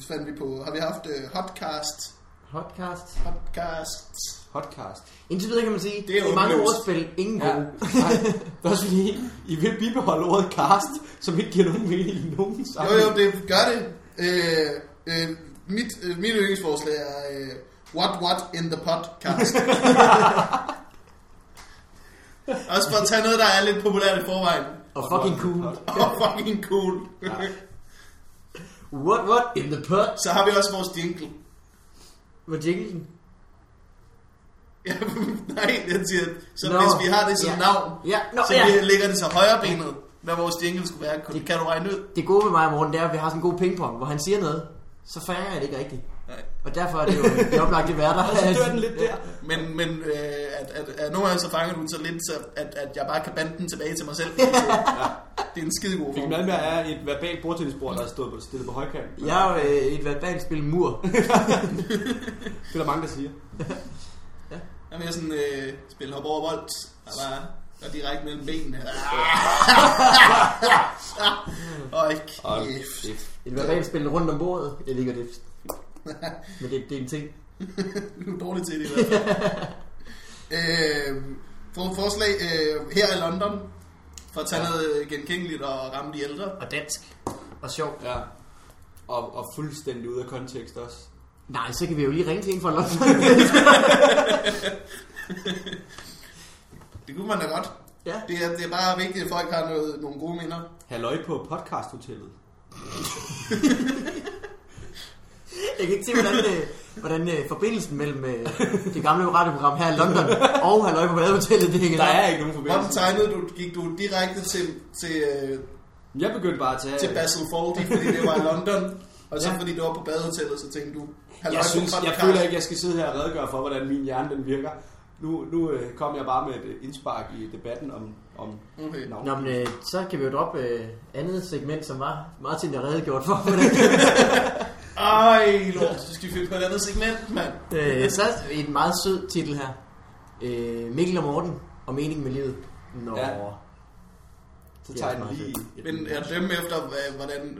Speaker 2: så fandt vi på, har vi haft øh, hotcast?
Speaker 1: Podcast.
Speaker 2: Hotcast.
Speaker 3: Hotcast.
Speaker 1: Indtil videre kan man sige,
Speaker 2: Det er
Speaker 1: det er mange
Speaker 2: åbenlyst.
Speaker 1: ordspil, ingen
Speaker 3: Ja.
Speaker 1: gode.
Speaker 3: Nej, det er også fordi, I vil bibeholde ordet cast, som ikke giver nogen mening i nogen
Speaker 2: Jo,
Speaker 3: sammenhæng.
Speaker 2: jo, det gør det. Øh, øh, mit, øh, mit yndlingsforslag er øh, What What in the
Speaker 1: <laughs>
Speaker 2: Podcast. Også for at tage noget, der er lidt populært i forvejen.
Speaker 1: Og fucking cool.
Speaker 2: Og fucking cool.
Speaker 1: What, what in the pot?
Speaker 2: Så har vi også vores jingle. <laughs>
Speaker 1: Hvor jinglen?
Speaker 2: Ja, nej, jeg siger,
Speaker 1: Nå.
Speaker 2: så no. hvis vi har det som
Speaker 1: Ja.
Speaker 2: yeah. navn,
Speaker 1: Ja, nå,
Speaker 2: så
Speaker 1: ja.
Speaker 2: vi lægger det så højre benet, hvad vores jingle skulle være. Kan, kan du regne ud?
Speaker 1: Det gode ved mig og Morten, det er, at vi har sådan en god pingpong, hvor han siger noget, så fanger jeg det ikke rigtigt.
Speaker 2: Nej.
Speaker 1: Og derfor er det jo det er oplagt, det er der.
Speaker 3: Og så dør den lidt der.
Speaker 2: Men, men øh, at, at, at nogle gange så fanger du den så lidt, så at, at jeg bare kan bande den tilbage til mig selv. Det er en skide god
Speaker 3: Det
Speaker 2: form.
Speaker 3: kan med er et verbalt bordtennisbord, der er stået på, stillet på højkant.
Speaker 1: Jeg er jo øh, et verbalt spil mur.
Speaker 3: Det er der mange, der siger.
Speaker 2: Jeg er mere sådan, øh, spille hop over bold, og bare og direkte mellem <laughs> benene. Og kæft.
Speaker 1: Et verbalt spil rundt om bordet. Jeg ligger det. Men det, det er en ting.
Speaker 2: Du er dårlig til det i hvert fald. øh, for, forslag øh, her i London, for at tage noget øh, genkendeligt og ramme de ældre.
Speaker 1: Og dansk. Og sjov.
Speaker 3: Ja. Og, og fuldstændig ude af kontekst også.
Speaker 1: Nej, så kan vi jo lige ringe til en fra London.
Speaker 2: Det kunne man da godt.
Speaker 1: ja.
Speaker 2: Det er, det er bare vigtigt, at folk har noget, nogle gode minder.
Speaker 3: Halløj på podcasthotellet.
Speaker 1: <laughs> Jeg kan ikke se, hvordan, øh, hvordan øh, forbindelsen mellem øh, det gamle radioprogram her i London og Halløj på Badehotellet, det hænger
Speaker 3: Der er ikke nogen
Speaker 2: Hvordan
Speaker 3: forbindelse.
Speaker 2: tegnede du? Gik du direkte til, til, øh,
Speaker 3: Jeg begyndte bare at tage...
Speaker 2: til Basil Fawlty, fordi det var i London? Og så
Speaker 3: Ja.
Speaker 2: fordi du var på badehotellet, så tænkte du... halløj,
Speaker 3: Jeg,
Speaker 2: på
Speaker 3: synes, jeg
Speaker 2: podcast.
Speaker 3: føler ikke, jeg skal sidde her og redegøre for, hvordan min hjerne den virker. Nu, nu øh, kom jeg bare med et indspark i debatten om, om
Speaker 2: Okay.
Speaker 3: navn.
Speaker 1: Nå, men øh, så kan vi jo droppe øh, andet segment, som var Martin har redegjort for. <laughs> Hvordan,
Speaker 2: Ej, lort, så skal vi finde på et andet segment, mand.
Speaker 1: øh, så en meget sød titel her. Øh, Mikkel og Morten og meningen med livet. Nå.
Speaker 3: Ja.
Speaker 1: Ja.
Speaker 3: Så tager jeg den lige...
Speaker 2: Men at dømme efter, øh, hvordan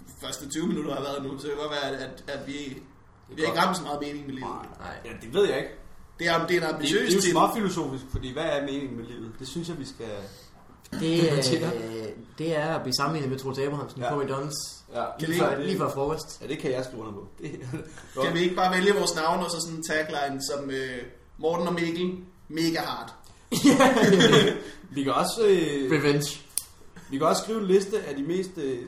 Speaker 2: de første 20 minutter har været nu, så det kan godt være, at, at, at vi, vi har ikke ramt så meget mening med livet.
Speaker 3: Nej, ja, det ved jeg ikke.
Speaker 2: Det er, det er en
Speaker 3: Det, det er
Speaker 2: ambitiøs
Speaker 3: jo
Speaker 2: titel.
Speaker 3: småfilosofisk, fordi hvad er meningen med livet? Det synes jeg, vi skal...
Speaker 1: Det, øh, det er at blive sammenlignet med Troels Abrahamsen ja.
Speaker 3: Ja.
Speaker 1: på McDonald's.
Speaker 3: Ja,
Speaker 1: Lige
Speaker 3: så er
Speaker 1: før,
Speaker 3: det-
Speaker 1: lige før frokost.
Speaker 3: Ja, det kan jeg skrive under på. Det,
Speaker 2: Kan vi ikke bare vælge vores navn og så sådan en tagline som øh, Morten og Mikkel, mega hard.
Speaker 3: <laughs> vi, kan også, øh,
Speaker 1: <laughs> Revenge.
Speaker 3: vi kan også skrive en liste af de mest... Øh,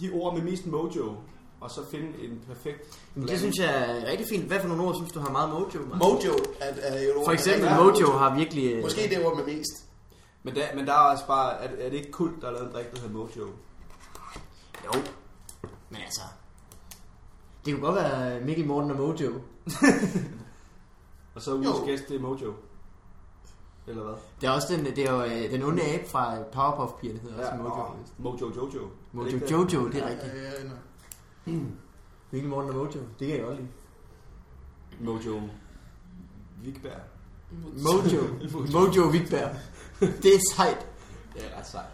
Speaker 3: de ord med mest mojo, og så finde en perfekt...
Speaker 1: Men det synes jeg er rigtig fint. Hvad for nogle ord synes du har meget mojo? Martin?
Speaker 2: Mojo er, er jo et ord,
Speaker 1: For
Speaker 2: der
Speaker 1: eksempel
Speaker 2: rigtig er
Speaker 1: mojo har virkelig... øh,
Speaker 2: Måske det ord med mest.
Speaker 3: Men der, men der er også bare... Er, er det ikke kult, der er lavet en drik, der hedder mojo?
Speaker 1: Jo. Men altså... Det kunne godt være Mikkel, Morten og Mojo.
Speaker 3: Og så ugens
Speaker 2: Jo.
Speaker 3: gæst, det er mojo. Eller hvad?
Speaker 1: Det er også den, det er jo øh, den onde abe fra Powerpuff-pigerne, hedder ja, også Mojo.
Speaker 3: åh, Altså, mojo Jojo. Er det
Speaker 1: Mojo
Speaker 3: ikke det?
Speaker 1: Jojo, det er rigtigt.
Speaker 2: Ja, ja, ja.
Speaker 1: Mikkel, Morten og Mojo, det kan jeg godt lide.
Speaker 3: Mojo Vigberg.
Speaker 1: Mojo. Mojo Vigberg. Det er sejt.
Speaker 3: Det er ret sejt.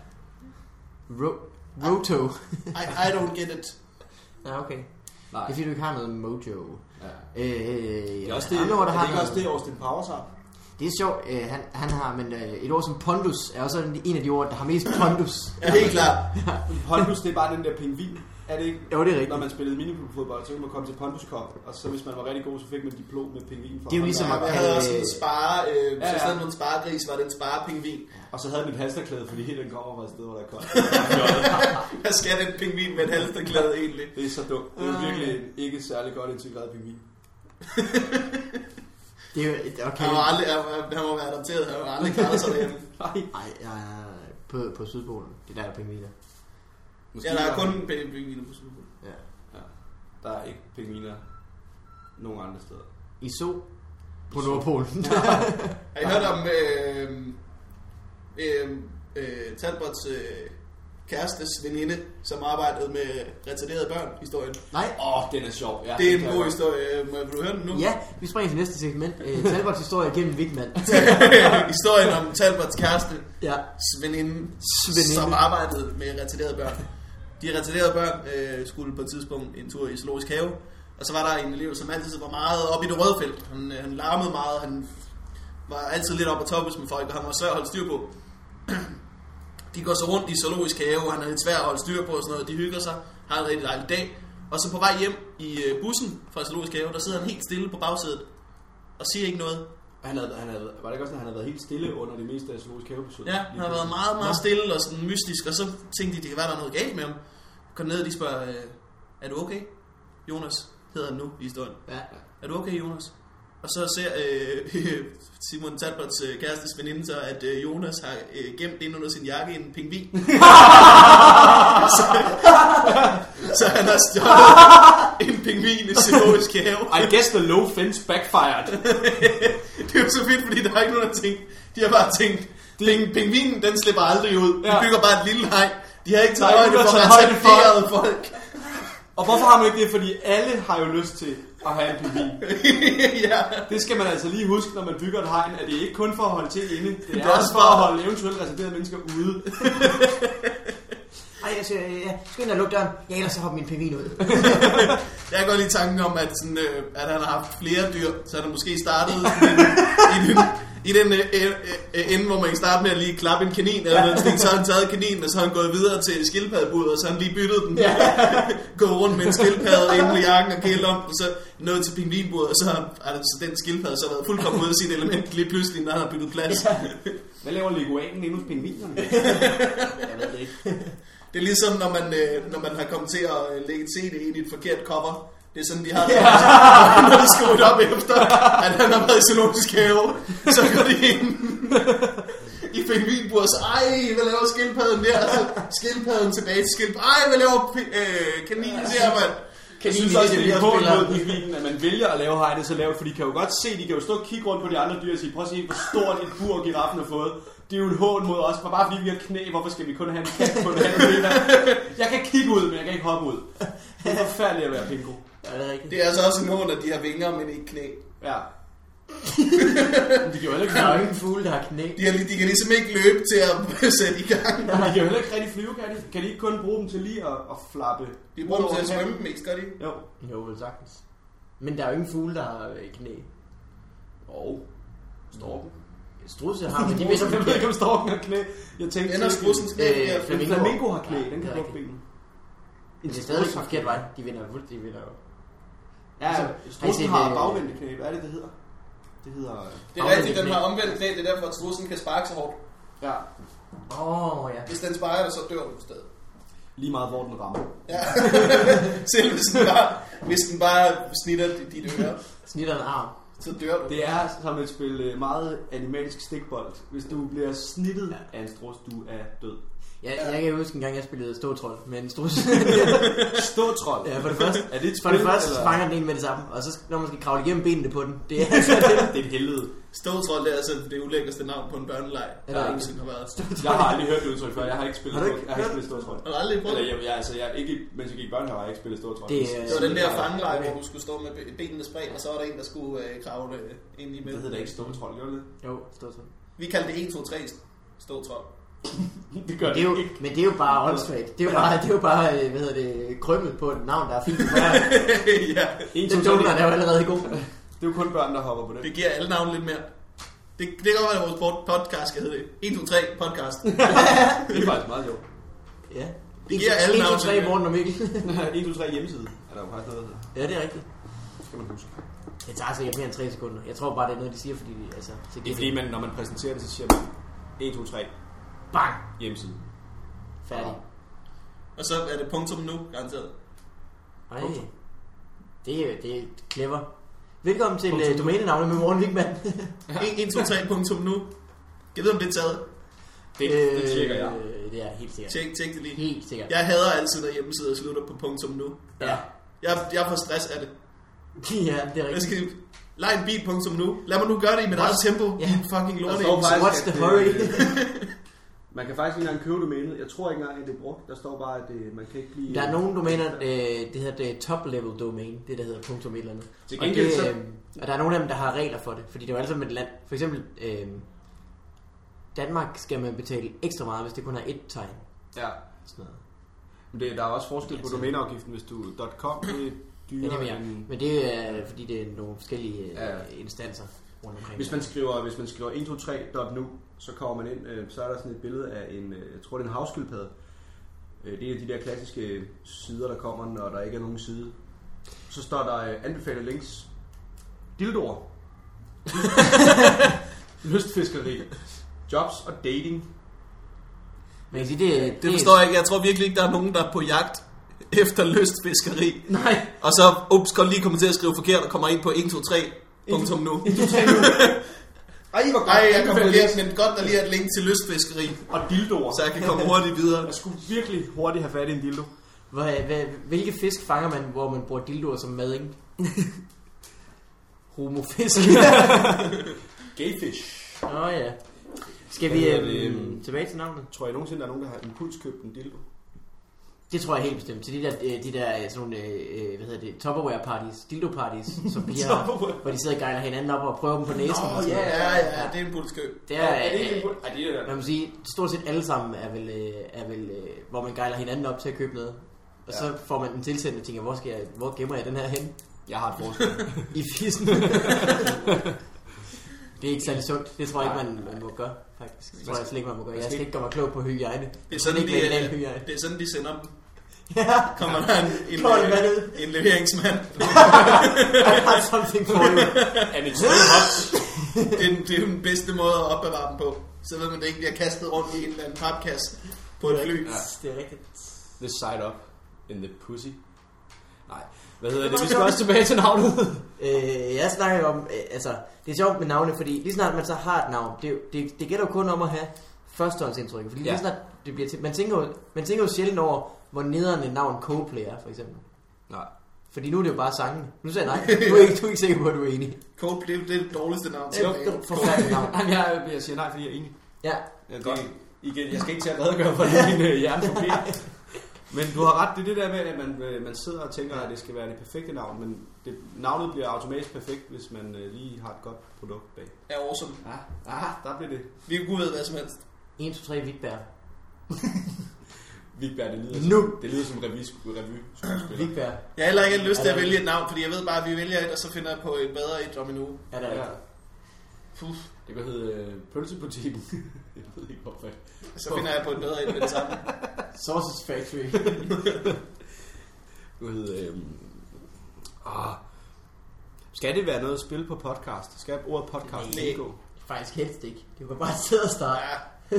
Speaker 1: Ro- Roto.
Speaker 2: I, I don't get it.
Speaker 1: Ja, okay.
Speaker 3: Nej.
Speaker 1: Det er fordi, du ikke har noget mojo. Øh,
Speaker 3: Ja. Det er også det, er,
Speaker 1: ord, der
Speaker 3: det
Speaker 1: har
Speaker 3: ikke også det,
Speaker 1: noget.
Speaker 3: Austin Powers har?
Speaker 1: det er sjovt, øh, han, han har, men øh, et ord som pondus er også en af de ord, der har mest pondus.
Speaker 2: Ja, helt klart.
Speaker 3: Pondus, det er bare den der pingvin. Er det ikke?
Speaker 1: Jo, det er rigtigt.
Speaker 3: Når man spillede miniklubfodbold, så kunne man komme til Ponduskop, og så hvis man var rigtig god, så fik man et diplom med pingvin fra
Speaker 1: Det er jo
Speaker 3: hånden.
Speaker 1: ligesom at-
Speaker 2: Jeg havde også en spare, øh, ja,
Speaker 3: Ja,
Speaker 2: ja. så
Speaker 3: ja.
Speaker 2: i stedet for en sparegris, var det en sparepingvin.
Speaker 3: Og så havde man et halsterklæde, fordi hele den kommer fra et sted, hvor der
Speaker 2: <laughs>
Speaker 3: er koldt.
Speaker 2: Hvad skal den pingvin med et halsterklæde egentlig?
Speaker 3: Det er så dumt. Det er virkelig en ikke særlig godt integreret pingvin.
Speaker 1: Det er jo, et- okay.
Speaker 2: Han må, aldrig, han, må- han må være adopteret, han må aldrig klare sig derhjemme.
Speaker 3: Nej.
Speaker 1: Ej, jeg er på, på Sydpolen. Det er der, der er pingviner.
Speaker 2: Ja, der er kun en pingvin på Sydpolen.
Speaker 1: Ja.
Speaker 3: Ja. Der er ikke pingviner nogen andre steder.
Speaker 1: I sol på Nordpolen.
Speaker 2: Har I hørt om øh, øh, øh, Talbots øh, kærestes veninde, som arbejdede med retarderede børn, historien?
Speaker 1: <laughs> Nej.
Speaker 3: Åh, oh, den er sjov. Ja,
Speaker 2: Det er en
Speaker 3: den kan
Speaker 2: god
Speaker 3: jeg
Speaker 2: historie. Øh, Må vil du høre den nu?
Speaker 1: Ja, vi springer til næste segment. Øh, Talbots historie gennem Vigman.
Speaker 2: <laughs> historien om Talbots kæreste,
Speaker 1: Ja.
Speaker 2: veninde,
Speaker 1: Veninde.
Speaker 2: som arbejdede med retarderede børn. De retarderede børn øh, skulle på et tidspunkt en tur i zoologisk have, og så var der en elev, som altid var meget oppe i det røde felt. Han, øh, han larmede meget, han var altid lidt oppe på toppen med folk, og han var svær at holde styr på. <clears throat> De går så rundt i zoologisk have, og han er lidt svær at holde styr på og sådan noget. De hygger sig, har en rigtig dejlig dag. Og så på vej hjem i øh, bussen fra zoologisk have, der sidder han helt stille på bagsædet og siger ikke noget.
Speaker 3: Han havde, han havde, var det ikke også, at han havde været helt stille under det meste af zoologisk havebesøg?
Speaker 2: Ja, han har været meget, meget stille og sådan mystisk, og så tænkte de, det kan være, der er noget galt med ham. Kom ned, og de spørger, øh, er du okay? Jonas hedder han nu i historien.
Speaker 1: Ja.
Speaker 2: Er du okay, Jonas? Og så ser øh, <laughs> Simon Talbots øh, kærestes veninde så, at øh, Jonas har øh, gemt ind under sin jakke en pingvin. <laughs> så, så han har stjålet en pingvin i zoologisk have.
Speaker 3: I guess the low fence backfired.
Speaker 2: Det er jo så fedt, fordi der er ikke nogen, der har tænkt. De har bare tænkt, ping, pingvinen den slipper aldrig ud. Ja.
Speaker 3: Ja.
Speaker 2: De bygger bare et lille hej. De har ikke taget
Speaker 3: Der er
Speaker 2: højde for
Speaker 3: ikke nogen, der har taget højde for-
Speaker 2: retarderede folk. <laughs>
Speaker 3: Og hvorfor har man ikke det? Fordi alle har jo lyst til at have en pingvin.
Speaker 2: ja.
Speaker 3: Det skal man altså lige huske, når man bygger et hegn, at det er ikke kun for at holde ting inde. Det er,
Speaker 2: Det
Speaker 3: det
Speaker 2: er
Speaker 3: er
Speaker 2: også
Speaker 3: også for
Speaker 2: for-
Speaker 3: at holde eventuelt reserverede mennesker ude.
Speaker 1: Ej, jeg siger, øh, ja, skynd dig at lukke døren. Ja, ellers så hopper min pingvin ud.
Speaker 2: Jeg kan godt lide tanken om, at, sådan, øh, at han har haft flere dyr, så han har måske startet <laughs> i, i den, i den øh, øh, øh, ende, hvor man kan starte med at lige klappe en kanin, eller noget, sådan, så har han taget kaninen, og så har han gået videre til skildpaddebuddet, og så har han lige byttet den, ja. <laughs> gået rundt med en skildpadde inde på jakken og kælet om, og så nået til pingvinbuddet, og så har altså, den skildpadde så været fuldkommen ude af sit element lige pludselig, når han har byttet plads. Ja.
Speaker 3: Hvad laver leguanen inde hos pingvinerne? Jeg ved det ikke.
Speaker 2: Det er ligesom, når man, øh, når man har kommet til at øh, lægge et CD ind i et forkert cover. Det er sådan, <laughs> de har det, når de skal rydde op efter, at han har været i zoologisk have. Så går de ind i pingvinbord, så ej, hvad laver skildpadden der? Og Så skildpadden tilbage til skildpadden. Ej, hvad laver pi- øh, kaninen der, mand?
Speaker 3: Jeg synes også, det er hårdt mod pingvinen, at man vælger at lave hegnet så lavt, for de kan jo godt se, de kan jo stå og kigge rundt på de andre dyr og sige, prøv at se, hvor stort et bur giraffen har fået. Det er jo en hån mod os, for bare fordi vi har knæ, hvorfor skal vi kun have en kat på den anden ben? Jeg kan kigge ud, men jeg kan ikke hoppe ud. Det er forfærdeligt at være pingo.
Speaker 1: Ja, det er rigtigt.
Speaker 2: Det er altså også en hund, at de har vinger, men ikke knæ.
Speaker 3: Ja. Men de kan jo heller
Speaker 1: Der er jo
Speaker 3: ikke,
Speaker 1: ingen fugle, der har knæ.
Speaker 2: De, har, lige- de kan ligesom ikke løbe til at <laughs> sætte i gang.
Speaker 3: de kan jo heller ikke rigtig flyve, kan de? Kan de ikke kun bruge dem til lige at, at flappe?
Speaker 2: De bruger dem til at svømme mest, gør de? ikke?
Speaker 3: Jo.
Speaker 1: Jo, vel sagtens. Men der er jo ingen fugle, der har øh, knæ.
Speaker 3: Og storken.
Speaker 1: Strusse har, men de
Speaker 3: Jeg
Speaker 1: vidste ikke,
Speaker 3: ved ikke, om storken har knæ. Jeg tænkte,
Speaker 2: Ender strudsens knæ.
Speaker 1: Øh,
Speaker 2: ja.
Speaker 3: Men
Speaker 1: Flamingo.
Speaker 3: flamingo har knæ,
Speaker 1: Ja,
Speaker 3: den
Speaker 1: det
Speaker 3: kan
Speaker 1: er
Speaker 3: lukke
Speaker 1: rigtigt.
Speaker 3: benene.
Speaker 1: Men det er stadig en forkert vej. De vinder fuldt, de vinder jo.
Speaker 3: Ja,
Speaker 1: Altså, har I
Speaker 3: strudsen
Speaker 1: set,
Speaker 3: har
Speaker 1: øh,
Speaker 3: bagvendte knæ. Hvad er det, det hedder? Det hedder... øh,
Speaker 2: Det er rigtigt, den har omvendt knæ, det er derfor, at strussen kan sparke så hårdt.
Speaker 3: Ja,
Speaker 1: Åh, oh, ja.
Speaker 2: Hvis den sparer dig, så dør du på stedet.
Speaker 3: lige meget hvor den rammer.
Speaker 2: Ja. <laughs> Selv hvis den bare, hvis den bare snitter di- dit øre,
Speaker 1: Snitter en arm.
Speaker 2: så dør du.
Speaker 3: Det er som at spille øh, meget animalsk stikbold. Hvis du bliver snittet af en strus, du er død.
Speaker 1: Jeg, jeg kan huske en gang, jeg spillede ståtrold med en
Speaker 3: <laughs>
Speaker 1: strusse.
Speaker 3: Ståtrold.
Speaker 1: ja, for det første.
Speaker 3: Er det et
Speaker 1: For det
Speaker 3: spil,
Speaker 1: første
Speaker 3: eller?
Speaker 1: fanger den en med det samme, og så skal- når man skal kravle igennem benene på den, det er altså
Speaker 3: <laughs> Det er et helvede.
Speaker 2: Ståltrold det er altså det ulækkerste navn på en børneleg,
Speaker 1: Ja,
Speaker 2: der
Speaker 1: det er
Speaker 2: nogensinde har været.
Speaker 3: Jeg har aldrig hørt det udtryk før. Jeg har ikke spillet,
Speaker 1: Har du
Speaker 3: stå-
Speaker 1: ikke
Speaker 3: jeg har ikke
Speaker 1: hørt
Speaker 3: spillet ståtrold.
Speaker 2: Har du aldrig prøvet
Speaker 3: Eller
Speaker 2: det?
Speaker 3: jeg, jeg, altså, jeg, ikke, mens jeg gik i børnehave, har jeg ikke spillet ståtrold.
Speaker 1: Det er-
Speaker 2: Det var den der
Speaker 1: Ja.
Speaker 2: fangelej, hvor du skulle stå med be- benene spredt, og så var der en, der skulle øh, kravle øh, ind i
Speaker 3: Det hedder
Speaker 2: midten.
Speaker 3: da ikke ståtrold, gør det?
Speaker 1: Jo, ståtrold.
Speaker 2: Vi kaldte det E 1, 2, 3 ståltrold.
Speaker 3: Det gør
Speaker 1: Det er jo, men det er jo bare åndssvagt. Det er jo bare, det er jo bare øh, hvad hedder det, krømmel på et navn, der er
Speaker 3: <laughs>
Speaker 1: fint.
Speaker 2: ja,
Speaker 3: En,
Speaker 1: Den donut er jo allerede god.
Speaker 3: Det er jo kun børn, der hopper på det.
Speaker 2: det giver alle navne lidt mere. Det, det kan godt være, at vores pod- podcast skal hedde det. 1, 2, 3
Speaker 3: <laughs>
Speaker 2: podcast.
Speaker 3: Det er faktisk meget sjovt. <laughs>
Speaker 1: Ja.
Speaker 2: Det giver alle
Speaker 1: En, to,
Speaker 2: navne.
Speaker 1: tre, Morten og Mikkel.
Speaker 3: 1, 2, 3 hjemmeside er der jo faktisk noget, der hedder.
Speaker 1: ja, det er rigtigt.
Speaker 3: Det skal man huske.
Speaker 1: Det tager sikkert mere end tre sekunder. Jeg tror bare, det er noget, de siger, fordi de, altså... Så
Speaker 3: Det er
Speaker 1: giver
Speaker 3: fordi,
Speaker 1: de-
Speaker 3: man, når man præsenterer det, så siger man 1, 2, 3
Speaker 1: Bang!
Speaker 3: hjemmeside.
Speaker 1: Færdig.
Speaker 2: Og så er det punktum nu, garanteret.
Speaker 1: Ej. Det er, det er clever. Velkommen til uh, domænenavnet med Morten Wigman.
Speaker 2: 1, 2, 3 E punktum nu. Jeg ved, om det er taget.
Speaker 3: Det, det tjekker jeg.
Speaker 1: Øh, det er helt sikkert.
Speaker 2: Tjek, tjek det lige.
Speaker 1: Helt sikkert.
Speaker 2: Jeg hader altid, når hjemmesider slutter på punktum nu.
Speaker 1: Ja.
Speaker 2: Jeg, jeg får stress af det.
Speaker 1: <laughs> ja, det er
Speaker 2: Jeg
Speaker 1: rigtigt.
Speaker 2: skal lege en bil, punktum nu. Lad mig nu gøre det i mit eget tempo.
Speaker 1: Ja.
Speaker 2: Din fucking
Speaker 3: Der
Speaker 2: lorte.
Speaker 3: står
Speaker 1: Så
Speaker 3: faktisk,
Speaker 1: what's the
Speaker 3: at,
Speaker 1: hurry?
Speaker 3: Man kan faktisk ikke engang købe domænet. Jeg tror ikke engang, at det er brugt. Der står bare, at øh, man kan ikke blive...
Speaker 1: Der er nogle domæner, øh, det hedder det top level domain, det der hedder punktum et eller andet.
Speaker 3: Til
Speaker 1: Og
Speaker 3: gengæld
Speaker 1: det,
Speaker 3: så-
Speaker 1: øhm, og der er nogle af dem, der har regler for det, fordi det er jo alle sammen et land. For eksempel, øh, Danmark skal man betale ekstra meget, hvis det kun har et tegn.
Speaker 3: Ja.
Speaker 1: Sådan noget.
Speaker 3: Men det, der er også forskel på
Speaker 1: Altså-
Speaker 3: domæneafgiften, hvis du .com det er
Speaker 1: Ja, det
Speaker 3: dyrere
Speaker 1: mener jeg.
Speaker 3: end...
Speaker 1: Men det er øh, fordi, det er nogle forskellige
Speaker 3: Ja.
Speaker 1: ja. instanser rundt omkring.
Speaker 3: Hvis man skriver, hvis man skriver 123.nu, så kommer man ind, øh, så er der sådan et billede af en, øh, jeg tror det er en havskyldpadde. Øh, det er de der klassiske sider, der kommer, når der ikke er nogen side. Så står der øh, anbefalet links. Dildoer. <laughs> Lystfiskeri. Jobs og dating.
Speaker 1: Man kan sige, det, det,
Speaker 2: Det forstår jeg ikke. Jeg tror virkelig ikke, der er nogen, der er på jagt efter lystfiskeri.
Speaker 1: Nej.
Speaker 2: Og så, ups, går lige kommer til at skrive forkert og kommer ind på 1, 2, 3. Punktum <laughs> nu.
Speaker 3: Ej, hvor godt.
Speaker 2: Nej, jeg kom
Speaker 3: Anbefalet
Speaker 2: forkert,
Speaker 3: links.
Speaker 2: men godt, der lige er et link til lystfiskeri,
Speaker 3: Og dildoer.
Speaker 2: så jeg kan komme hurtigt videre.
Speaker 3: Jeg skulle virkelig hurtigt have fat i en dildo.
Speaker 1: Hvor, øh, hvad, hvilke fisk fanger man, hvor man bruger dildoer som mad,
Speaker 3: <laughs>
Speaker 1: ikke? Homofisk.
Speaker 3: Gayfish.
Speaker 1: <laughs> Nå ja. Skal
Speaker 3: Hvad
Speaker 1: vi
Speaker 3: hedder det?
Speaker 1: øhm, tilbage til navnet?
Speaker 3: Tror jeg nogensinde, der er nogen, der har impulskøbt en dildo?
Speaker 1: Det tror jeg helt bestemt. Til de der, øh, de der øh, sådan nogle, øh, øh, hvad hedder det, topperware parties, dildo parties, som
Speaker 3: <laughs>
Speaker 1: piger har, hvor de sidder og gejler hinanden op og prøver dem på næsen. og sådan noget.
Speaker 2: Ja, ja, det er en pulskøb.
Speaker 1: Det er,
Speaker 3: er <laughs> det ikke
Speaker 1: øh,
Speaker 3: impul... Ej, det er
Speaker 1: man må sige, stort set alle sammen er vel, øh, er vel øh, hvor man gejler hinanden op til at købe noget. Og så får man den tilsendt og tænker, hvor, skal jeg, hvor gemmer jeg den her hen?
Speaker 3: Jeg har et forslag.
Speaker 1: <laughs> I fissen. det er ikke særlig sundt. Det tror jeg ikke, man, man må gøre, faktisk. Det tror jeg slet ikke, man må gøre. Jeg skal ikke gøre mig klog på hygiejne.
Speaker 2: Det er
Speaker 1: Jeg
Speaker 2: sådan,
Speaker 1: kan
Speaker 2: de,
Speaker 1: ikke være en
Speaker 2: øh,
Speaker 1: hygiejne. <laughs>
Speaker 2: det er sådan, de sender dem.
Speaker 1: Ja,
Speaker 2: Kommer der en, en,
Speaker 1: Kold
Speaker 2: en,
Speaker 1: mand ud.
Speaker 2: en leveringsmand.
Speaker 1: I have something for you.
Speaker 3: Er det hot?
Speaker 2: Det er, den, det er den bedste måde at opbevare dem på. Så ved man, det ikke bliver kastet rundt i en eller anden papkasse på et fly.
Speaker 3: Ja.
Speaker 1: Det er rigtigt.
Speaker 3: The side up in the pussy. Nej, hvad hedder det? Vi skal også tilbage til navnet.
Speaker 1: Øh, jeg snakker jo om, øh, altså, det er sjovt med navne, fordi lige snart man så har et navn, det, er jo- det, det gælder jo kun om at have førstehåndsindtryk. Fordi ja.
Speaker 3: Ja.
Speaker 1: lige snart det bliver til, man tænker, jo, man tænker jo sjældent over, hvor nederen et navn Coldplay er, for eksempel.
Speaker 3: Nej.
Speaker 1: Fordi nu er det jo bare sangen. Nu sagde jeg nej. Du er ikke, du er ikke sikker på, at du er enig.
Speaker 2: Coldplay, det er det dårligste navn til
Speaker 1: Det er
Speaker 2: at lave.
Speaker 1: et forfærdeligt navn.
Speaker 3: Jamen, jeg, jeg siger nej, fordi jeg er enig.
Speaker 1: Ja,
Speaker 3: Ja, det, Godt. Igen, jeg skal ikke til at redegøre for det, min øh, hjerne <laughs> fungerer. Men du har ret, det er det der med, at man, øh, man sidder og tænker, at det skal være det perfekte navn, men det, navnet bliver automatisk perfekt, hvis man øh, lige har et godt produkt bag.
Speaker 2: Ja, awesome.
Speaker 3: Ah, ah der blev det.
Speaker 2: Vi kunne vide hvad som helst.
Speaker 1: 1, 2, 3, Vigberg.
Speaker 3: Vigberg, det lyder,
Speaker 1: Nu.
Speaker 3: som, det lyder som revy, revy skuespiller.
Speaker 1: Vigberg.
Speaker 2: Jeg har heller ikke lyst til at vælge et navn, fordi jeg ved bare, at vi vælger et, og så finder jeg på et bedre et om en uge.
Speaker 1: Er der
Speaker 3: Ja,
Speaker 1: rigtigt?
Speaker 2: Puh,
Speaker 3: det kan hedde øh, pølsebutikken. <laughs> jeg ved ikke hvorfor.
Speaker 2: så finder jeg på et bedre et med det samme.
Speaker 1: Sausage Factory.
Speaker 3: Du hed... Øh, ah. Skal det være noget at spille på podcast? Skal ordet podcast
Speaker 2: Nej.
Speaker 3: indgå?
Speaker 1: Faktisk helst ikke. Det var bare sidde og starte.
Speaker 2: Ja,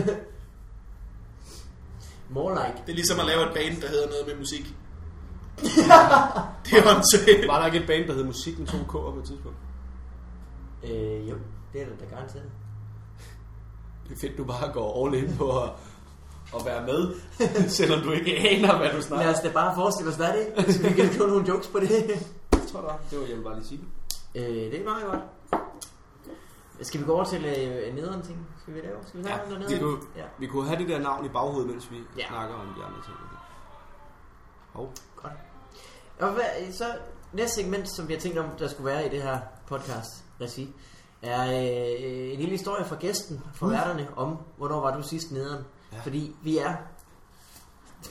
Speaker 1: More like.
Speaker 2: det er ligesom at lave et band, der hedder noget med musik. det er håndsøgt.
Speaker 3: Var der ikke et band, der hed Musik med to K'er på et tidspunkt?
Speaker 1: Øh, jo, det er det da garanteret.
Speaker 3: Det er fedt, du bare går all in på at, at være med, <laughs> selvom du ikke aner, hvad du
Speaker 1: Lad
Speaker 3: snakker.
Speaker 1: os da bare forestille os, hvad det er. Så vi kan få nogle jokes på det.
Speaker 3: Jeg tror da, det var, jeg vil bare lige sige det.
Speaker 1: øh, det er meget godt. Skal vi gå over til øh, nederen ting? Skal vi lave? Skal vi snakke
Speaker 3: Ja,
Speaker 1: om noget
Speaker 3: vi
Speaker 1: nederen?
Speaker 3: kunne-
Speaker 1: Ja,
Speaker 3: Vi kunne have det der navn i baghovedet, mens vi
Speaker 1: Ja.
Speaker 3: ja. snakker om de andre ting. Hov.
Speaker 1: godt. Og hvad, så næste segment, som vi har tænkt om, der skulle være i det her podcast, regi, er øh, en lille historie fra gæsten, fra værterne, om hvornår var du sidst nederen. Ja.
Speaker 3: Ja.
Speaker 1: Fordi vi er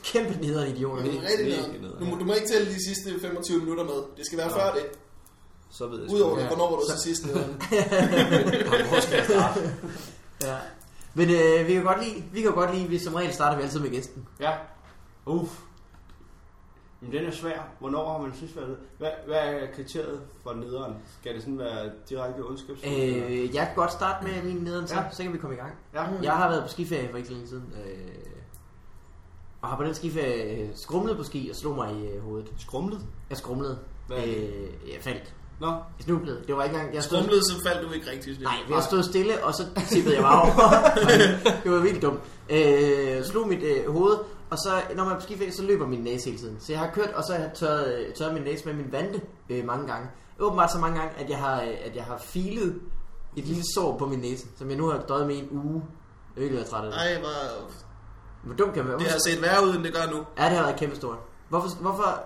Speaker 1: kæmpe nederen idioter.
Speaker 2: Det
Speaker 1: vi.
Speaker 2: er rigtig nederen. Du, må- du må ikke tælle de sidste 25 minutter med. Det skal være før det.
Speaker 3: Så ved jeg
Speaker 2: Udover det,
Speaker 1: Ja.
Speaker 2: hvornår var du så sidst nederen.
Speaker 3: Hvor skal jeg starte?
Speaker 1: <laughs> Ja. Men øh, vi kan godt lide, vi kan godt lide, vi som regel starter vi altid med gæsten.
Speaker 3: Ja. Uff. Men den er svær. Hvornår har man sidst været ned? Hvad, hvad er kriteriet for nederen? Skal det sådan være direkte ondskabsfuld? eller?
Speaker 1: Øh, jeg kan godt starte med min nederen, så, ja.
Speaker 3: Ja.
Speaker 1: så kan vi komme i gang.
Speaker 3: Ja.
Speaker 1: Jeg har været på skiferie for ikke så længe siden. Øh, og har på den skiferie øh, skrumlet på ski og slog mig i øh, hovedet.
Speaker 3: Skrumlet?
Speaker 1: Jeg skrumlede.
Speaker 3: Hvad er det?
Speaker 1: Øh, jeg faldt.
Speaker 2: <laughs>
Speaker 3: Nå,
Speaker 1: Jeg snublede. Det var ikke engang... Jeg stod,
Speaker 2: Skrumlede, så faldt du ikke Ah, rigtigt.
Speaker 1: Nej, jeg stod stille, og så tippede jeg bare over. <laughs> det var vildt dumt. Øh, slog mit øh, hoved, og så, når man er på skiferie, så løber min næse hele tiden. Så jeg har kørt, og så har jeg tørret, øh, tørret min næse med min vante øh, mange gange. Åbenbart så mange gange, at jeg har, øh, at jeg har filet et lille sår på min næse, som jeg nu har døjet med i en uge. Jeg har virkelig været træt af det.
Speaker 2: Ej, hvor...
Speaker 1: Hvor dum kan man
Speaker 2: Det
Speaker 1: være?
Speaker 2: har set værre ud, end det gør nu.
Speaker 1: Ja, det har været kæmpestort. Hvorfor, hvorfor,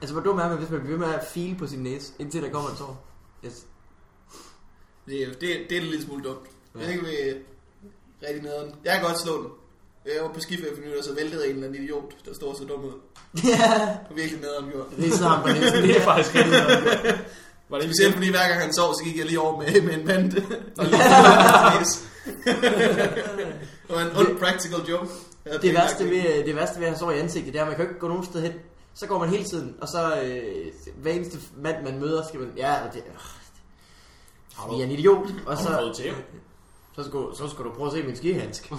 Speaker 1: altså hvor dum er man, hvis man bliver ved med at file på sin næse, indtil der kommer et sår? Yes. <laughs>
Speaker 2: Det, det, det er en lille smule dumt. Ja.
Speaker 1: Ja.
Speaker 2: Jeg ikke ved rigtig nederen. Jeg kan godt slå den. Jeg var på skiferie for nylig, og så væltede en eller anden idiot, der står så dum ud.
Speaker 1: ja,
Speaker 2: Og virkelig nedadgjort.
Speaker 1: ridsede ham på næsten.
Speaker 4: Det er faktisk rigtig
Speaker 3: Var det
Speaker 2: Specielt fordi hver gang han sov, så gik jeg lige over med, med en vand.
Speaker 1: <laughs>
Speaker 2: og lige hans Det var en ond practical joke. Jeg havde
Speaker 1: Det
Speaker 2: tænkt,
Speaker 1: værste,
Speaker 2: at-
Speaker 1: ved, det værste ved at have sår i ansigtet, det er, at man kan jo ikke gå nogen sted hen. Så går man hele tiden, og så øh, hver eneste mand, man møder, skal man... Ja, og det, øh, fordi jeg er en idiot. Og
Speaker 4: Har du fået
Speaker 1: så,
Speaker 4: tæv?
Speaker 1: så, skulle, så skulle du prøve at se min skihandsk.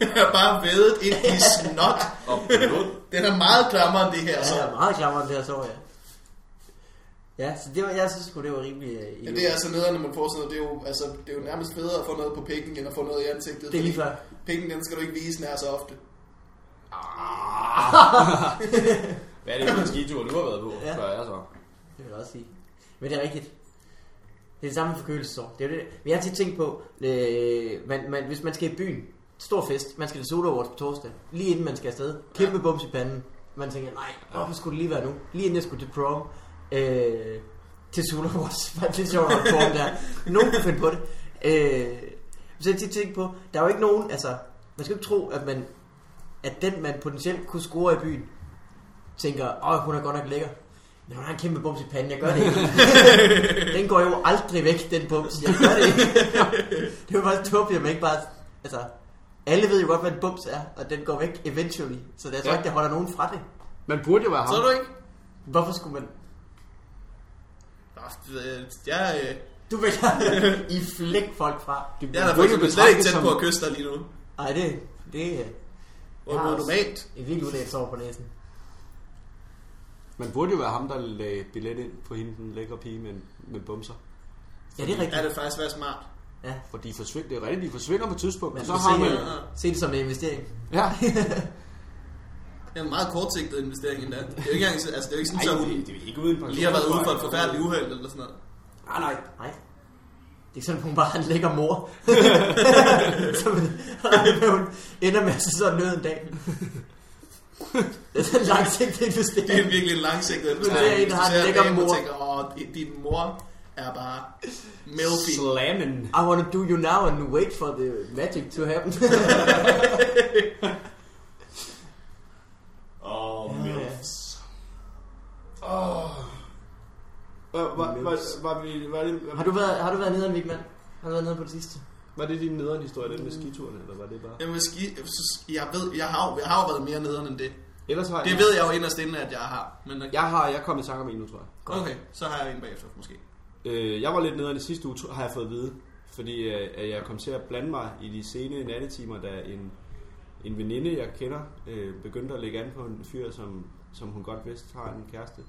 Speaker 2: Jeg har bare vedet ind i snot.
Speaker 3: Og blod.
Speaker 2: Den er meget klammere end det her. Så.
Speaker 1: Ja, jeg er meget klar over det her sår, ja. Ja, så det var, jeg synes sgu, det var rimelig... Øh,
Speaker 2: Ja,
Speaker 1: idiot.
Speaker 2: det er altså nederen, når man får sådan noget. Det er, jo, altså, det er jo nærmest federe at få noget på pikken, end at få noget i ansigtet.
Speaker 1: det er lige
Speaker 2: fordi
Speaker 1: før.
Speaker 2: Pikken, den skal du ikke vise nær så ofte. Ah.
Speaker 3: <laughs> Hvad er det for en skitur, du har været på,
Speaker 1: Ja.
Speaker 3: ja. spørger jeg så.
Speaker 1: Det vil jeg også sige. Men det er rigtigt. Det er det samme med forkølelsesår. Det er jo det. Men jeg har tit tænkt på, øh, man, man, hvis man skal i byen, stor fest, man skal til Soda Awards på torsdag, lige inden man skal afsted, kæmpe bums i panden. Man tænker, nej, hvorfor skulle det lige være nu? Lige inden jeg skulle til prom, øh, til Soda Awards. <laughs> Var det lidt sjovt at prom der. Nogen kunne finde på det. Øh, så har jeg tit tænkt på, der er jo ikke nogen, altså, man skal jo ikke tro, at man at den, man potentielt kunne score i byen, tænker, åh, hun er godt nok lækker. Men hun har en kæmpe bums i panden, jeg gør det ikke. den går jo aldrig væk, den bums. Jeg gør det ikke. det er jo bare tåbeligt, at man ikke bare... Altså, alle ved jo godt, hvad en bums er, og den går væk eventually. Så jeg tror
Speaker 4: Ja.
Speaker 1: ikke, det holder nogen fra det.
Speaker 4: Man burde jo være ham.
Speaker 2: Så er du ikke?
Speaker 1: Hvorfor skulle man...
Speaker 2: Nå, øh, Jeg, øh,
Speaker 1: Du vil I flæk folk fra.
Speaker 4: Det
Speaker 2: jeg er
Speaker 4: burde
Speaker 2: da for
Speaker 4: jo
Speaker 2: eksempel slet
Speaker 4: betragtes
Speaker 2: ikke tæt
Speaker 4: som-
Speaker 2: på at kysse dig lige nu.
Speaker 1: Ej, det, det er
Speaker 2: Hvor
Speaker 1: Ja,
Speaker 2: er
Speaker 1: altså.
Speaker 2: normalt.
Speaker 1: et vildt udlægt sår på næsen.
Speaker 3: Man burde jo være ham, der lagde billet ind på hende, den lækre pige med, med bumser.
Speaker 1: Ja, det er
Speaker 2: Er
Speaker 1: rigtigt.
Speaker 2: det faktisk være smart?
Speaker 1: Ja.
Speaker 3: For de forsvinder, det er rigtigt, de forsvinder på et tidspunkt.
Speaker 1: Man
Speaker 3: og så
Speaker 1: skal
Speaker 3: har man...
Speaker 1: se, se det som en investering.
Speaker 3: Ja.
Speaker 2: Det er en meget kortsigtet investering endda. Det er jo ikke, engang, altså, det er jo ikke sådan,
Speaker 3: Ej,
Speaker 2: at hun
Speaker 3: det, det er ikke uden pension.
Speaker 2: lige har været ude for et forfærdeligt uheld eller sådan noget.
Speaker 3: Nej, Ah, nej.
Speaker 1: Nej. Det er ikke sådan, at hun bare <laughs> er en lækker
Speaker 3: <laughs>
Speaker 1: mor. så men, hun ender med at se sådan noget en dag. det er sådan en langsigtet
Speaker 2: Det er
Speaker 1: investering.
Speaker 2: virkelig en langsigtet
Speaker 1: Men det er en, der har en lækker
Speaker 2: dame og
Speaker 1: mor.
Speaker 2: tænker, åh, di- din mor er bare milfy.
Speaker 3: Slammen.
Speaker 1: I want to do you now and wait for the magic to
Speaker 3: <laughs>
Speaker 1: happen.
Speaker 3: Åh, oh,
Speaker 1: milfs.
Speaker 3: Åh. Var, var, var, var, vi- var, det,
Speaker 1: har, du været, har du været nede en weekend? Har du været nede på det sidste?
Speaker 3: var det din nederen historie, den med
Speaker 1: Mm.
Speaker 3: skituren, eller var det bare...
Speaker 2: Jamen, hvis I- så- jeg, ved, jeg, har, jo- jeg har jo været mere nederen end det.
Speaker 3: Ellers har
Speaker 2: Det ved jeg jo inderst inden, at jeg har. Men
Speaker 3: Jeg har, jeg er kommet i tanke om en nu, tror jeg.
Speaker 2: okay, så har jeg en bagefter, måske.
Speaker 3: Øh, jeg var lidt nederen i sidste uge, har jeg fået at vide. Fordi øh, at jeg kom til at blande mig i de sene nattetimer, da en, en veninde, jeg kender, øh, begyndte at lægge an på en fyr, som, som hun godt vidste har en kæreste.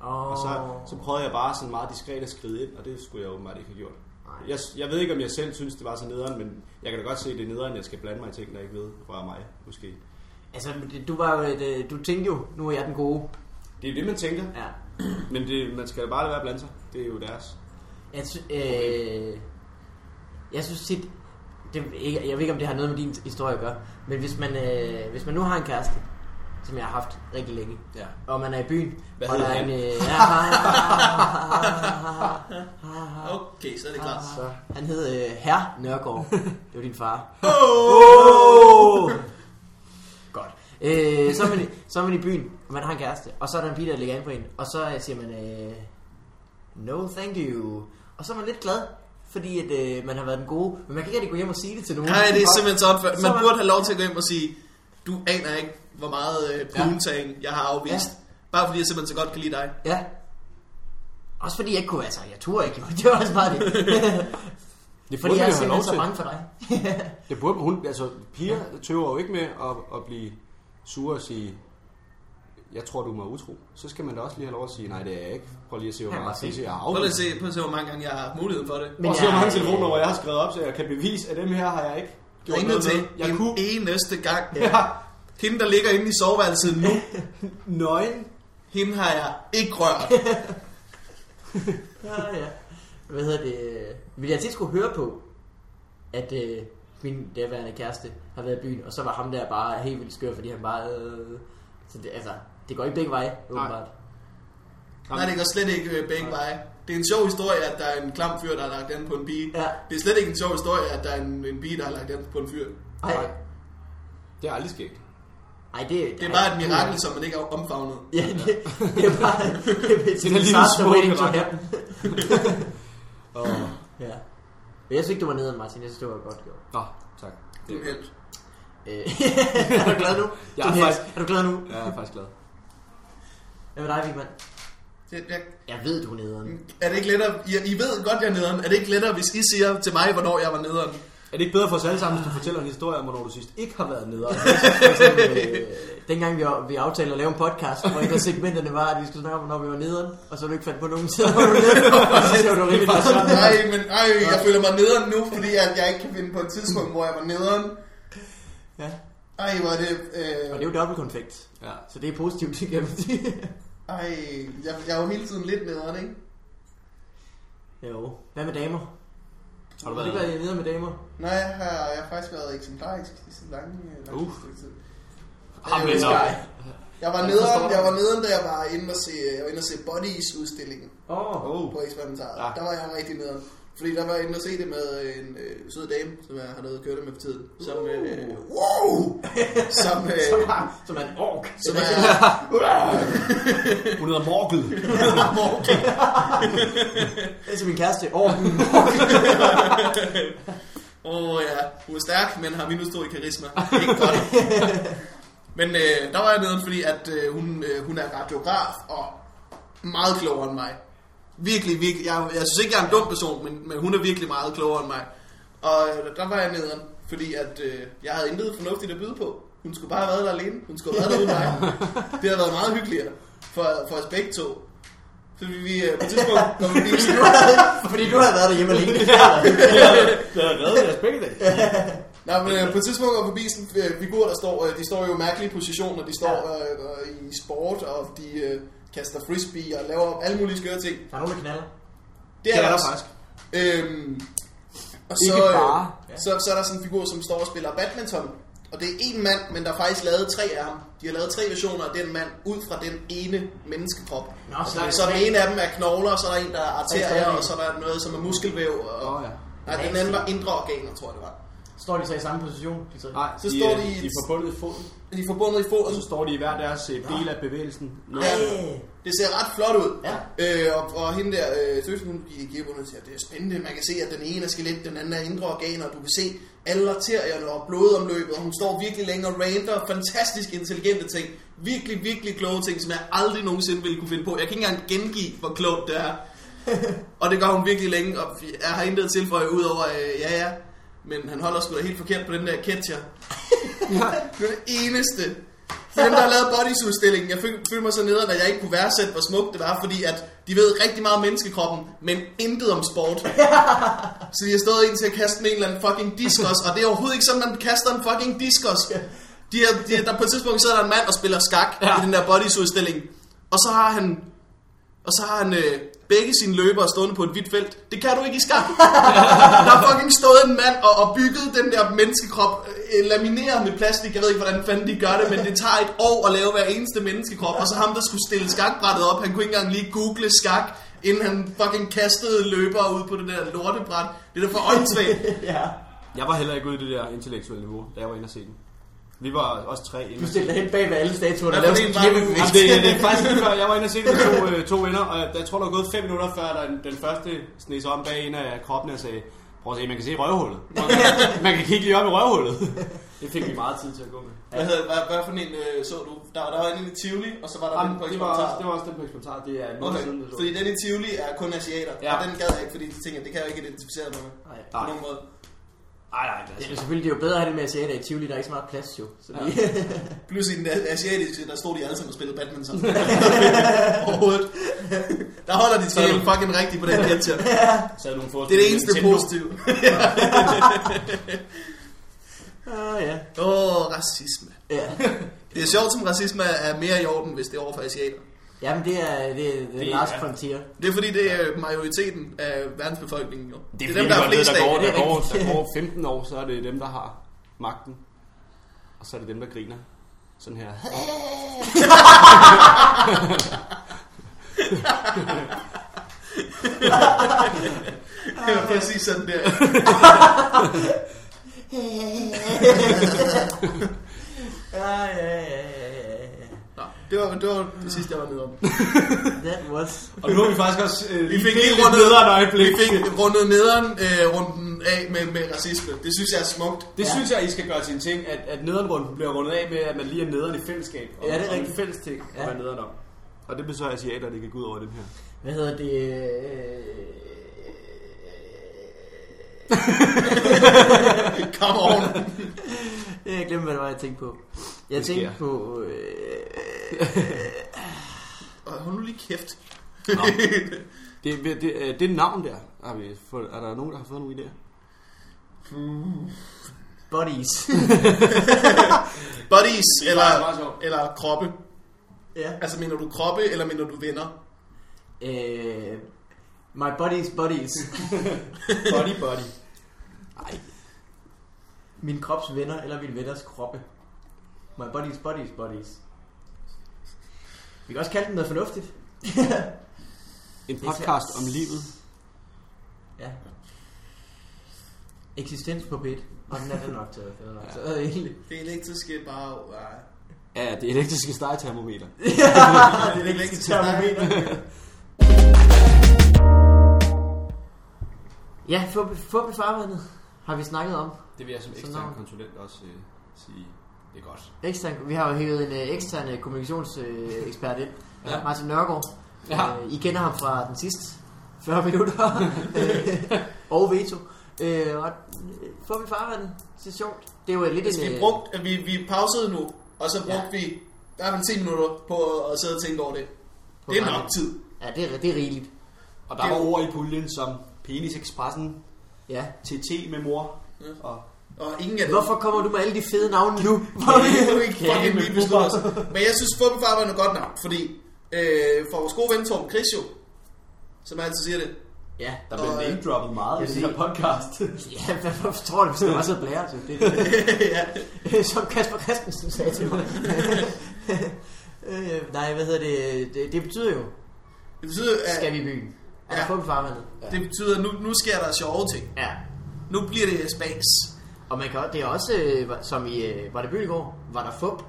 Speaker 1: Oh.
Speaker 3: Og så, så prøvede jeg bare sådan meget diskret at skride ind, og det skulle jeg åbenbart ikke have gjort. Jeg, jeg ved ikke, om jeg selv synes, det var så nederen, men jeg kan da godt se, at det er nederen, jeg skal blande mig i ting, der ikke ved, rører mig, måske.
Speaker 1: Altså, du, var, jo et, øh, du tænkte jo, nu er jeg den gode.
Speaker 3: Det er jo det, man tænker,
Speaker 1: Ja.
Speaker 3: men det, man skal da bare lade være at blande sig. Det er jo deres.
Speaker 1: Jeg, sy- øh, jeg synes tit, det, ikke- jeg ved ikke om det har noget med din historie at gøre, men hvis man, øh, hvis man nu har en kæreste, som jeg har haft rigtig længe,
Speaker 3: Ja.
Speaker 1: og man er i byen,
Speaker 3: Hvad
Speaker 1: og der
Speaker 3: hedder
Speaker 1: er
Speaker 3: han?
Speaker 1: en... Øh, ja,
Speaker 3: <laughs>
Speaker 2: Okay, så er det klart.
Speaker 1: så, han hed øh, Herr Nørgaard. Det var din far.
Speaker 2: Åh!
Speaker 1: Godt. Øh, så, er man, i- så er man i byen, og man har en kæreste, og så er der en pige, der ligger an på en, og så øh, siger man, øh, no thank you. Og så er man lidt glad, fordi at, øh, man har været den gode, men man kan ikke rigtig gå hjem og sige det til nogen.
Speaker 2: Nej, det er
Speaker 1: Og-
Speaker 2: simpelthen så opført.
Speaker 1: Så
Speaker 2: Man
Speaker 1: var-
Speaker 2: burde have lov til at gå hjem og sige, du aner ikke, hvor meget øh, pruntang jeg har afvist. Bare fordi jeg simpelthen så godt kan lide dig.
Speaker 1: Ja. Også fordi jeg ikke kunne, altså jeg turde ikke, jo. <laughs> det var også bare det.
Speaker 3: Det
Speaker 1: fordi jeg er
Speaker 3: jo have
Speaker 1: simpelthen
Speaker 3: lov
Speaker 1: så
Speaker 3: til.
Speaker 1: bange for dig.
Speaker 3: Det burde hun, altså piger tøver jo ikke med at, at blive sure og sige, jeg tror, du er mig utro. Så skal man da også lige have lov at sige, nej, det er jeg ikke. Prøv lige at se, hvor
Speaker 1: Ja,
Speaker 3: meget
Speaker 1: præcis.
Speaker 3: tid jeg har
Speaker 2: Prøv lige at
Speaker 3: afvist.
Speaker 2: se, prøv at se, hvor mange gange jeg har haft muligheden for det.
Speaker 1: Men
Speaker 3: Og se, hvor mange telefonnummer jeg har skrevet op, så jeg kan bevise, at dem her har jeg ikke gjort
Speaker 2: Ringet
Speaker 3: noget
Speaker 2: til
Speaker 3: med. Jeg
Speaker 2: en
Speaker 3: kunne
Speaker 2: eneste gang.
Speaker 3: ja.
Speaker 2: Hende, der ligger inde i soveværelset nu,
Speaker 3: nøgen.
Speaker 2: hende har jeg ikke rørt.
Speaker 1: Ja, ja. Hvad hedder det? Vil jeg tit skulle høre på, at øh, min daværende kæreste har været i byen, og så var ham der bare helt vildt skør, fordi han bare... Øh, så det, altså, det går ikke begge veje, åbenbart.
Speaker 2: Nej, det går slet ikke øh, begge veje. Det er en sjov historie, at der er en klam fyr, der har lagt an på en pige.
Speaker 1: Ja.
Speaker 2: Det er slet ikke en sjov historie, at der er en, en pige, der har lagt an på en fyr.
Speaker 1: Ej,
Speaker 3: Nej. Det er aldrig sket.
Speaker 1: ej det,
Speaker 2: Det er bare et mirakel, som man ikke har omfavnet.
Speaker 1: <laughs> Ja, det, det er bare det er et
Speaker 3: Det er lige
Speaker 1: disaster
Speaker 3: en smuk
Speaker 1: waiting to
Speaker 3: mirakel.
Speaker 1: happen.
Speaker 3: Og...
Speaker 1: Ja. Men jeg synes ikke, du var nede, Martin. Jeg synes, det var godt gjort.
Speaker 3: Nå, tak.
Speaker 2: Det er helt.
Speaker 1: Øh, er du <laughs> glad nu?
Speaker 3: Jeg
Speaker 1: Din hest.
Speaker 3: er faktisk-
Speaker 1: er du glad nu?
Speaker 3: Ja, jeg er faktisk glad.
Speaker 1: Hvad med dig, Vigman?
Speaker 2: Det, jeg,
Speaker 1: Jeg ved, du er nederen.
Speaker 2: er det ikke lettere? I, I ved godt, jeg er nederen. Er det ikke lettere, hvis I siger til mig, hvornår jeg var nederen?
Speaker 3: Er det ikke bedre for os alle sammen, hvis du fortæller en historie om, hvornår du sidst ikke har været nede?
Speaker 1: For eksempel, øh, dengang vi, vi aftalte at lave en podcast, hvor et af segmenterne var, at vi skulle snakke om, når vi var nederen, og så du ikke fandt på nogen steder, hvor du var nederen, og så skrev du rigtig meget sådan.
Speaker 2: Nej, men ej, jeg føler mig nederen nu, fordi jeg, jeg ikke kan finde på et tidspunkt, hvor jeg var nederen.
Speaker 1: Ja.
Speaker 2: Ej, hvor er det... Øh,
Speaker 1: Og det er jo dobbeltkonfekt,
Speaker 3: Ja.
Speaker 1: så det er positivt, det kan man sige.
Speaker 2: ej, jeg, jeg er jo hele tiden lidt nederen, ikke?
Speaker 1: Jo. Hvad med damer? Har
Speaker 3: du
Speaker 1: du ikke
Speaker 3: været-
Speaker 1: været nederen med damer?
Speaker 2: Nej, jeg har, jeg har faktisk været eksemplarisk i så lange, øh, lange
Speaker 3: Uh.
Speaker 2: stykke tid.
Speaker 3: Ah, men
Speaker 2: Øh,
Speaker 3: så-
Speaker 2: Jeg var, nederen, jeg var nederen, da jeg var inde og se, jeg var inde og se Bodies udstillingen
Speaker 1: Åh. Oh.
Speaker 3: Oh.
Speaker 2: på eksperimentaret.
Speaker 3: Ja.
Speaker 2: Ja. Der var jeg rigtig nederen. Fordi der var jeg inde og se det med en øh, sød dame, som jeg har noget at køre det med for tiden. Som, øh, wow! som, øh,
Speaker 1: Som er en ork.
Speaker 2: som
Speaker 1: Som er,
Speaker 2: er,
Speaker 3: Hun hedder Morkel.
Speaker 1: det er som min kæreste. Orken.
Speaker 2: Åh oh, ja, hun er stærk, men har minus 2 i karisma. Det er ikke godt. men øh, der var jeg nede, fordi at, øh, hun, øh, hun er radiograf og meget klogere end mig. Virkelig, virkelig. Jeg, jeg synes ikke, jeg er en dum person, men, men hun er virkelig meget klogere end mig. Og øh, der var jeg nederen, fordi at, øh, jeg havde intet fornuftigt at byde på. Hun skulle bare have været der alene. Hun skulle have været der uden mig. Det havde været meget hyggeligere for, for os begge to. Så vi, vi øh, på et tidspunkt kom vi lige
Speaker 1: Fordi du har været derhjemme alene.
Speaker 3: <laughs> Det har reddet jeres begge dage.
Speaker 2: Nej, men øh, på et tidspunkt er forbi sådan en øh, figur, der står, øh, de står jo i mærkelige positioner, de står øh, øh, i sport, og de øh, kaster frisbee og laver alle mulige skøre ting.
Speaker 1: Der er nogen, der knaller.
Speaker 2: Det er der også.
Speaker 3: faktisk.
Speaker 2: Øhm, og så,
Speaker 3: Ikke
Speaker 2: øh,
Speaker 3: bare.
Speaker 2: så, så er der sådan en figur, som står og spiller badminton. Og det er en mand, men der er faktisk lavet tre af ham. De har lavet tre versioner af den mand, ud fra den ene menneskekrop.
Speaker 1: Nå,
Speaker 2: Og
Speaker 1: så
Speaker 2: så,
Speaker 1: der er
Speaker 2: så
Speaker 1: tre.
Speaker 2: den ene af dem er knogler, og så er der en, der
Speaker 1: Så
Speaker 2: er
Speaker 1: er der
Speaker 2: arterier,
Speaker 1: tre.
Speaker 2: og så er der noget, som er muskelvæv. Og,
Speaker 3: Åh, ja.
Speaker 2: Nej, den anden var indre organer, tror jeg det var.
Speaker 1: Står de så i samme position? De så...
Speaker 3: Nej,
Speaker 2: Så står
Speaker 3: øh,
Speaker 2: de i et-
Speaker 3: de er forbundet i foden,
Speaker 2: De er forbundet i
Speaker 3: og
Speaker 2: foden,
Speaker 3: så står de i hver deres øh, del af bevægelsen. Nå,
Speaker 2: Ja.
Speaker 1: Ej.
Speaker 2: Det ser ret flot ud.
Speaker 1: Ja.
Speaker 2: Øh, og, og hende der, øh, søsen, hun gi- giver bundet til, at det er spændende. Man kan se, at den ene er skelet, den anden er indre organer. Du kan se alle arterierne og blodomløbet, og hun står virkelig længe og ranter. Fantastisk intelligente ting. Virkelig, virkelig kloge ting, som jeg aldrig nogensinde ville kunne finde på. Jeg kan ikke engang gengive, hvor klogt det er. og det gør hun virkelig længe, og jeg har intet at tilføje ud over, øh, ja ja, men han holder sgu da helt forkert på den der ketcher. Det er det eneste. Dem, der har lavet bodysuitstillingen, jeg føl- følte mig så nederen, at jeg ikke kunne værdsætte, hvor smukt det var, fordi at de ved rigtig meget om menneskekroppen, men intet om sport. så de har stået ind til at kaste med en eller anden fucking diskus, og det er overhovedet ikke sådan, man kaster en fucking diskus. De er, de er, der på et tidspunkt sidder der en mand og spiller skak ja. i den der bodysuitstilling, og så har han og så har han øh, begge sine løbere stående på et hvidt felt. Det kan du ikke i skak. der har fucking stået en mand og, og bygget den der menneskekrop, øh, lamineret med plastik. Jeg ved ikke, hvordan fanden de gør det, men det tager et år at lave hver eneste menneskekrop. Og så ham, der skulle stille skakbrættet op, han kunne ikke engang lige google skak, inden han fucking kastede løbere ud på det der lortebræt. Det er da for åndssvagt.
Speaker 1: ja.
Speaker 3: Jeg var heller ikke ude i det der intellektuelle niveau, da jeg var inde og se den. Vi var også tre inde.
Speaker 1: Du stiller hen bag ved alle statuerne og
Speaker 2: Hvad
Speaker 1: laver
Speaker 2: for
Speaker 1: sådan en
Speaker 2: en var
Speaker 1: kæmpe bevægelse.
Speaker 2: du?
Speaker 3: Jamen, altså, det, det, det er <laughs> faktisk lige før. Jeg var inde og se det med to, øh, to venner, og jeg tror, der var gået fem minutter, før der den, den første sned sig om bag en af kroppen og sagde, prøv at se, man kan se røvhullet. Man kan, man kan kigge lige op i røvhullet. Det fik vi meget tid til at gå med.
Speaker 2: Hvad, hedder, hvad, hvad for en øh, så du? Der, der var en i Tivoli, og så var der den
Speaker 3: Jamen,
Speaker 2: på
Speaker 3: det, var
Speaker 2: Eksperimentar.
Speaker 3: også, det var også den på eksperimentaret. Det er en måned
Speaker 2: Okay,
Speaker 3: siden, det så.
Speaker 2: fordi den i Tivoli er kun asiater,
Speaker 3: Ja.
Speaker 2: ja. og den gad jeg ikke, fordi de tænker, det kan jeg jo ikke identificere mig med.
Speaker 1: Nej.
Speaker 2: På
Speaker 3: Nej.
Speaker 2: nogen måde.
Speaker 3: Ej, nej, det er
Speaker 1: Det er
Speaker 3: altså-
Speaker 1: selvfølgelig det er jo bedre at have det med asiater i Tivoli, der er ikke så meget plads jo. Så de,
Speaker 2: Plus i den asiatiske, der stod de alle sammen og spillede badminton.
Speaker 3: <laughs>
Speaker 2: Overhovedet. Der holder de til fucking rigtigt på den ketchup.
Speaker 3: så havde nogle
Speaker 2: Det er det eneste positive.
Speaker 1: <laughs> ah, ja.
Speaker 2: Åh, oh, racisme.
Speaker 1: ja.
Speaker 2: Det er sjovt, som racisme er mere i orden, hvis det er over for asiater.
Speaker 1: Jamen det er, det er, det er
Speaker 3: Det er-
Speaker 1: last
Speaker 3: <laughs>
Speaker 1: frontier.
Speaker 2: Det er fordi, det er majoriteten af verdensbefolkningen jo.
Speaker 3: Det er, det er dem, der,
Speaker 2: flest
Speaker 3: der,
Speaker 2: af.
Speaker 3: går,
Speaker 1: det
Speaker 3: der,
Speaker 1: er
Speaker 3: går, <laughs> der går 15 år, så er det dem, der har magten. Og så er det dem, der griner. Sådan her.
Speaker 2: Det var præcis sådan der.
Speaker 1: Ah, ja, ja, ja, ja, ja, ja.
Speaker 2: Nå, det var, det var det sidste, jeg var
Speaker 3: <laughs>
Speaker 2: nede om.
Speaker 1: That was...
Speaker 3: Og nu har vi faktisk også øh,
Speaker 2: Vi fik
Speaker 3: lige
Speaker 2: helt
Speaker 3: rundet
Speaker 2: ned-
Speaker 3: nederen øjeblik.
Speaker 2: Vi fik rundet nederen øh, runden af med, med racisme. Det synes jeg er smukt.
Speaker 3: Det
Speaker 1: Ja.
Speaker 3: ja. synes jeg, I skal gøre til en
Speaker 2: <laughs>
Speaker 3: ting, at, at nederrunden bliver rundet af med, at man lige er nederen i fællesskab. Og,
Speaker 1: Ja, det er
Speaker 3: og
Speaker 1: rigtigt.
Speaker 3: en fælles ting
Speaker 1: Ja.
Speaker 3: ja. at være nederen om. Og det besøger asiater, det kan gå ud over dem her.
Speaker 1: Hvad hedder det? øh,
Speaker 2: Kom on.
Speaker 1: Jeg glemte, hvad det var, jeg tænkte på. Jeg
Speaker 3: Det sker.
Speaker 1: tænkte på... Øh,
Speaker 2: Og hold nu lige kæft.
Speaker 3: Nå. det, det, det, øh, det navn der, har vi fået, er der nogen, der har fået nogle idéer? <laughs>
Speaker 1: bodies.
Speaker 2: Bodies, eller,
Speaker 3: meget, meget sjovt.
Speaker 2: eller kroppe.
Speaker 1: ja.
Speaker 2: Altså, mener du kroppe, eller mener du venner?
Speaker 1: Øh, my buddies, <laughs> buddies.
Speaker 3: Body Body. Ej,
Speaker 1: Min krops venner, eller min venners kroppe. My buddies, buddies, buddies. Vi kan også kalde den noget fornuftigt.
Speaker 3: en
Speaker 1: er
Speaker 3: podcast
Speaker 1: svært.
Speaker 3: om livet.
Speaker 1: Ja. Eksistens på bed. Og den er den nok til. Den er nok til. Ja. egentlig.
Speaker 2: Det elektriske bare... Nej.
Speaker 3: Ja, det elektriske stegetermometer.
Speaker 2: <laughs> Det elektriske termometer. <laughs>
Speaker 1: Ja, fup, fup i farvandet har vi snakket om.
Speaker 3: Det vil jeg som
Speaker 1: Så
Speaker 3: ekstern
Speaker 1: navn.
Speaker 3: konsulent også øh, sige, det er godt.
Speaker 1: Ekstern, vi har jo hævet en øh, ekstern øh, kommunikationsekspert ind, ja.
Speaker 3: Ja.
Speaker 1: Martin Nørgaard.
Speaker 3: Ja.
Speaker 1: Øh, I kender ham fra den sidste 40 minutter Øh, og veto. Øh, og øh, får vi farvandet. Det er sjovt. Det er jo lidt
Speaker 2: Hvis
Speaker 1: en...
Speaker 2: vi
Speaker 1: øh,
Speaker 2: brugte... at Vi, vi pausede nu, og så brugte vi... Der er vel 10 minutter på at sidde og tænke over det. Det er
Speaker 1: radio.
Speaker 2: nok tid.
Speaker 1: Ja, det er, det er rigeligt.
Speaker 3: Og der
Speaker 2: Det-
Speaker 3: var ord i puljen som Penis Expressen,
Speaker 1: Ja.
Speaker 3: TT med mor.
Speaker 2: Ja.
Speaker 3: Og
Speaker 2: Og ingen af dem. <laughs>
Speaker 1: Hvorfor kommer du med alle de fede navne nu? Hvor
Speaker 2: Det kan vi ikke
Speaker 1: Kage
Speaker 2: fucking
Speaker 1: med
Speaker 2: lige beslutte os. Men jeg synes, Fummefar var noget godt navn, fordi øh, for vores gode ven Torben Chris jo, som altid siger det,
Speaker 1: Ja,
Speaker 3: der
Speaker 2: Og,
Speaker 3: blev
Speaker 2: øh,
Speaker 3: name droppet meget i
Speaker 1: jeg
Speaker 3: den her podcast. <laughs>
Speaker 1: ja hvad, hvorfor tror du, hvis det var så blæret? Det, det, det. Som Kasper Christensen sagde til mig. øh, nej, hvad hedder det? det? Det betyder jo,
Speaker 2: det betyder, at,
Speaker 1: skal vi i byen. Er
Speaker 2: Ja.
Speaker 1: der fugt farvandet?
Speaker 2: det betyder, at nu, nu sker der sjove ting.
Speaker 1: Ja.
Speaker 2: Nu bliver det spas.
Speaker 1: Og man kan, også- det er også, øh, hva- som i, øh, var det byen i går, var der fup?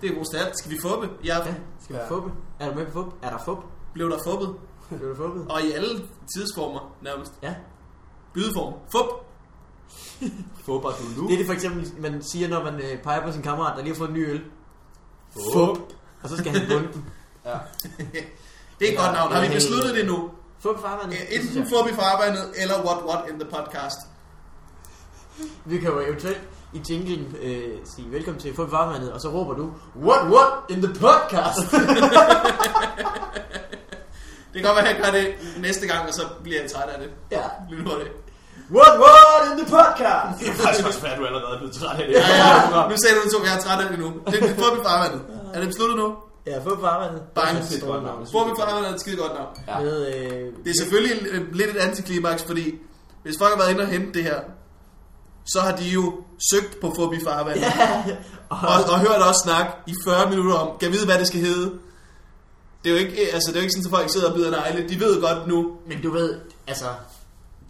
Speaker 2: Det er god start. Skal vi fuppe? Jeg
Speaker 1: Ja, skal vi ja. fuppe? Er du med på fup? Er der fup?
Speaker 2: blev der fuppet.
Speaker 1: Blev du fuppet?
Speaker 2: Og i alle tidsformer nærmest.
Speaker 1: Ja.
Speaker 2: Bydeform. Fup.
Speaker 3: Fubber du nu?
Speaker 1: Det er det for eksempel, man siger, når man øh, peger på sin kammerat, der lige har fået en ny øl.
Speaker 3: Fup.
Speaker 1: Og så skal han bunde den.
Speaker 3: Ja.
Speaker 2: Det er et
Speaker 1: Ja,
Speaker 2: godt navn. Har vi
Speaker 1: ja,
Speaker 2: besluttet
Speaker 1: ja.
Speaker 2: det nu?
Speaker 1: <laughs> Fup farvandet.
Speaker 2: Ja,
Speaker 1: det synes
Speaker 2: Enten
Speaker 1: jeg.
Speaker 2: fup i forarbejdet, eller what what in the podcast.
Speaker 1: Vi kan jo eventuelt i jinglen øh, sige velkommen til Fup farvandet, og så råber du, What, what in the podcast?
Speaker 2: Det kan godt være, at jeg gør det næste gang, og så bliver jeg træt af det.
Speaker 1: <laughs> ja.
Speaker 2: Lyt nu på det.
Speaker 1: <laughs> What, what in the podcast?
Speaker 3: <laughs> Det er faktisk også svært, at du allerede er blevet træt af det.
Speaker 2: Ja, ja. <laughs> Nu sagde du to, jeg er træt af det nu. Det er fup i forarbejdet. Er det besluttet nu?
Speaker 1: Ja, Fup farvandet.
Speaker 2: Bang.
Speaker 1: Det er et godt navn.
Speaker 2: Fup i forarbejdet er et skide godt navn.
Speaker 3: Ja.
Speaker 1: Med, øh,
Speaker 2: Det er selvfølgelig øh, lidt et antiklimaks, fordi hvis folk har været inde og hente det her, så har de jo søgt på Fobi Farvand. Ja. Og, og hørt os snakke i 40 minutter om, kan vide, hvad det skal hedde. Det er jo ikke, øh, altså, det er jo ikke sådan, at folk sidder og bider negle. De ved godt nu.
Speaker 1: Men du ved, altså,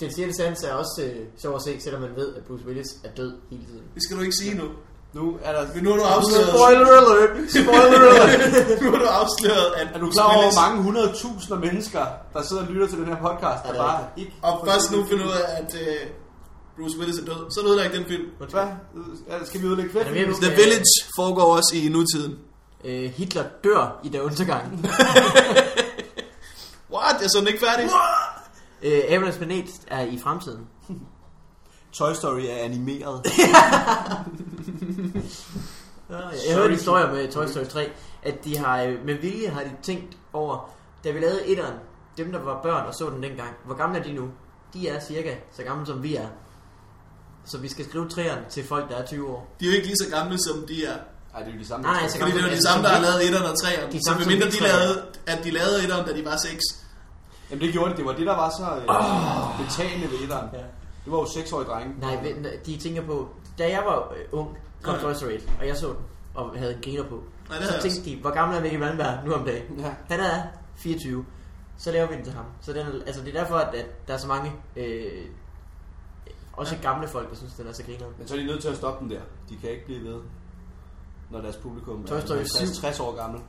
Speaker 1: den sjette sans er også øh, sjov at se, selvom man ved, at Bruce Willis er død hele tiden.
Speaker 2: Det skal du ikke sige nu.
Speaker 3: Nu er der...
Speaker 2: Men nu har du afsløret,
Speaker 1: alert! Spoiler alert!
Speaker 2: <laughs> nu har du afsløret at
Speaker 3: Er du klar over, hvor mange hundredtusinder mennesker, der sidder og lytter til den her podcast,
Speaker 1: Ja,
Speaker 3: der
Speaker 1: det er
Speaker 3: bare
Speaker 1: rigtigt.
Speaker 3: ikke...
Speaker 2: Og først nu finder ud af, at øh, Bruce Willis er død. Så er du ødelagt den film.
Speaker 3: Hvad? Øh, Skal vi ødelægge fedt?
Speaker 1: Er det virkelig?
Speaker 2: The Village foregår også i nutiden.
Speaker 1: øh, Hitler dør i der undergang.
Speaker 2: What? Jeg så den ikke færdig.
Speaker 1: øh, Abernes planet er i fremtiden.
Speaker 3: Toy Story er
Speaker 1: <laughs>
Speaker 3: animeret.
Speaker 1: Jeg hørte en historie med Toy Story 3, at de har, øh, med vilje har de tænkt over, da vi lavede etteren, dem der var børn og så den dengang, hvor gamle er de nu? De er cirka så gamle som vi er. Så vi skal skrive træerne til folk, der er 20 år.
Speaker 2: De er jo ikke lige så gamle, som de er.
Speaker 3: Ej, det er jo de samme.
Speaker 1: Nej, nej, så
Speaker 2: Fordi det er jo de
Speaker 1: Altså,
Speaker 2: samme,
Speaker 1: som
Speaker 2: der har
Speaker 1: vi-
Speaker 2: lavet 1'eren og 3'eren.
Speaker 1: De
Speaker 2: Så
Speaker 1: samme, som
Speaker 2: medmindre
Speaker 1: vi
Speaker 2: de
Speaker 1: tre.
Speaker 2: lavede, at de lavede 1'eren, da de var 6.
Speaker 3: Jamen det gjorde det. Det var det, der var så øh, betagende ved etteren.
Speaker 1: Ja.
Speaker 3: Det var jo seksårige drenge.
Speaker 1: Nej, vent, de tænker på, da jeg var øh, ung, kom Toy Story 1, og jeg så den, og havde en griner på.
Speaker 2: Nej, det
Speaker 1: så
Speaker 2: havde jeg
Speaker 1: tænkte de, hvor gammel er Mikkel Malmberg nu om dagen?
Speaker 3: Ja.
Speaker 1: Han er 24. så laver vi den til ham. Så den, er- altså, det er derfor, at, at der er så mange, øh, også gamle folk, der synes, den er så grineren.
Speaker 3: Men så er de nødt til at stoppe den der. De kan ikke blive ved, når deres publikum
Speaker 1: Toy Story
Speaker 3: er 50,
Speaker 1: syv.
Speaker 3: 60 år gammel.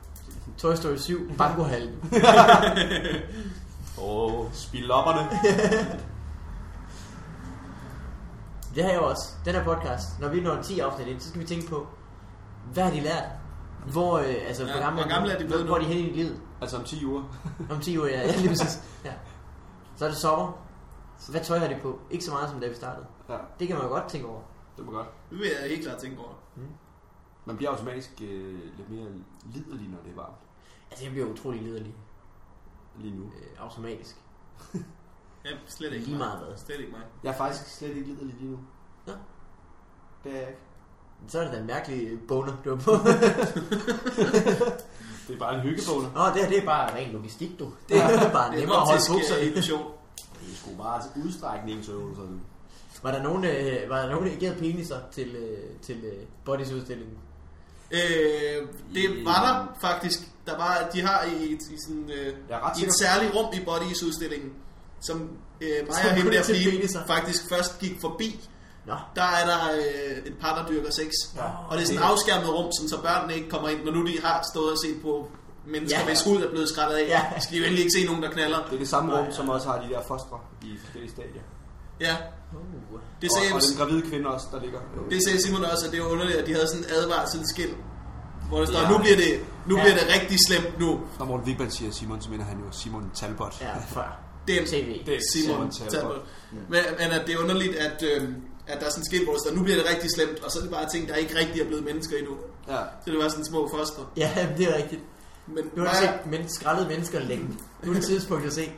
Speaker 1: Toy Story 7, Bankohallen.
Speaker 3: Åh, oh,
Speaker 1: <laughs>
Speaker 3: spillopperne.
Speaker 1: Det har jeg jo også. Den her podcast, når vi når 10 afsnit ind, så skal vi tænke på, hvad har de lært? Hvor, øh, altså,
Speaker 2: Ja,
Speaker 1: hvor, gamle,
Speaker 2: hvor gamle er de blevet nu?
Speaker 1: hvor er de henne i livet?
Speaker 3: altså om 10 uger.
Speaker 1: Om 10 år, ja, ja lige præcis. Ja. Så er det sommer. Hvad tøj har de på? Ikke så meget som da vi startede.
Speaker 3: Ja,
Speaker 1: Det kan man jo godt tænke over.
Speaker 3: det var godt.
Speaker 2: Det vil jeg helt klart tænke over.
Speaker 3: Man bliver automatisk øh, lidt mere liderlig, når det er varmt.
Speaker 1: Altså, jeg bliver utrolig liderlig.
Speaker 3: Lige nu.
Speaker 1: Øh, automatisk.
Speaker 2: Ja, slet ikke
Speaker 1: Lige
Speaker 2: mig.
Speaker 1: meget hvad.
Speaker 2: Slet ikke mig.
Speaker 3: Jeg er faktisk slet ikke liderlig lige nu.
Speaker 1: Nå.
Speaker 3: Det er jeg ikke.
Speaker 1: Så er det da en mærkelig øh, boner, du har på.
Speaker 3: Det er bare en hyggebåler.
Speaker 1: Nå, det her, det er bare ren logistik, du. <laughs> Det er bare
Speaker 2: Det er
Speaker 1: nemmere at holde på sig.
Speaker 2: en illusion.
Speaker 3: Det er sgu bare til udstrækningsøvelser. nu.
Speaker 1: Var der nogen, øh, var der nogen, der ikke havde peniser til, øh, til øh, Bodys udstilling?
Speaker 2: Øh, det var der faktisk. Der var, de har i, et- i, sådan, øh,
Speaker 3: Jeg er
Speaker 2: i
Speaker 3: ret
Speaker 2: et
Speaker 3: sikker.
Speaker 2: særligt rum i Bodies udstillingen, som øh, mig
Speaker 1: Som
Speaker 2: og hende
Speaker 1: kun
Speaker 2: der
Speaker 1: er til
Speaker 2: pige
Speaker 1: peniser.
Speaker 2: faktisk først gik forbi.
Speaker 1: Nå,
Speaker 2: Der er der øh, et par, der dyrker sex.
Speaker 1: Ja.
Speaker 2: Og det er sådan et afskærmet rum, sådan, så børnene ikke kommer ind, når nu de har stået og set på mennesker,
Speaker 1: Ja.
Speaker 2: ja. hvis hud er blevet skrællet af.
Speaker 1: Ja.
Speaker 2: Ja. Skal de jo endelig ikke se nogen, der knaller.
Speaker 3: Det er det samme rum, som også har de der fostre i forskellige stadier.
Speaker 2: Ja,
Speaker 1: uh.
Speaker 2: det
Speaker 3: Og,
Speaker 2: sagde,
Speaker 3: og den gravide kvinde også, der ligger.
Speaker 2: det sagde Simon også, at det var underligt, at de havde sådan en advarselsskilt. Hvor der står,
Speaker 3: Ja.
Speaker 2: ja. nu bliver det,
Speaker 1: Ja.
Speaker 2: nu ja. bliver det rigtig slemt nu.
Speaker 3: Når Morten Wigman siger Simon, så mener han jo Simon Talbot.
Speaker 1: ja, før.
Speaker 2: Den
Speaker 1: TV.
Speaker 3: Det er
Speaker 2: Simon
Speaker 3: Simon
Speaker 2: Talbot. Men, men at det er underligt, at, øh, at der er sådan en skilt, hvor der står, nu bliver det rigtig slemt, og så er det bare ting, der ikke rigtig er blevet mennesker endnu.
Speaker 3: Ja.
Speaker 2: Så det var sådan små foster.
Speaker 1: Ja, det er rigtigt.
Speaker 2: Men
Speaker 1: Nu har
Speaker 2: mig-
Speaker 1: jeg set men, skrællede mennesker længe. Nu er det tidspunkt at se,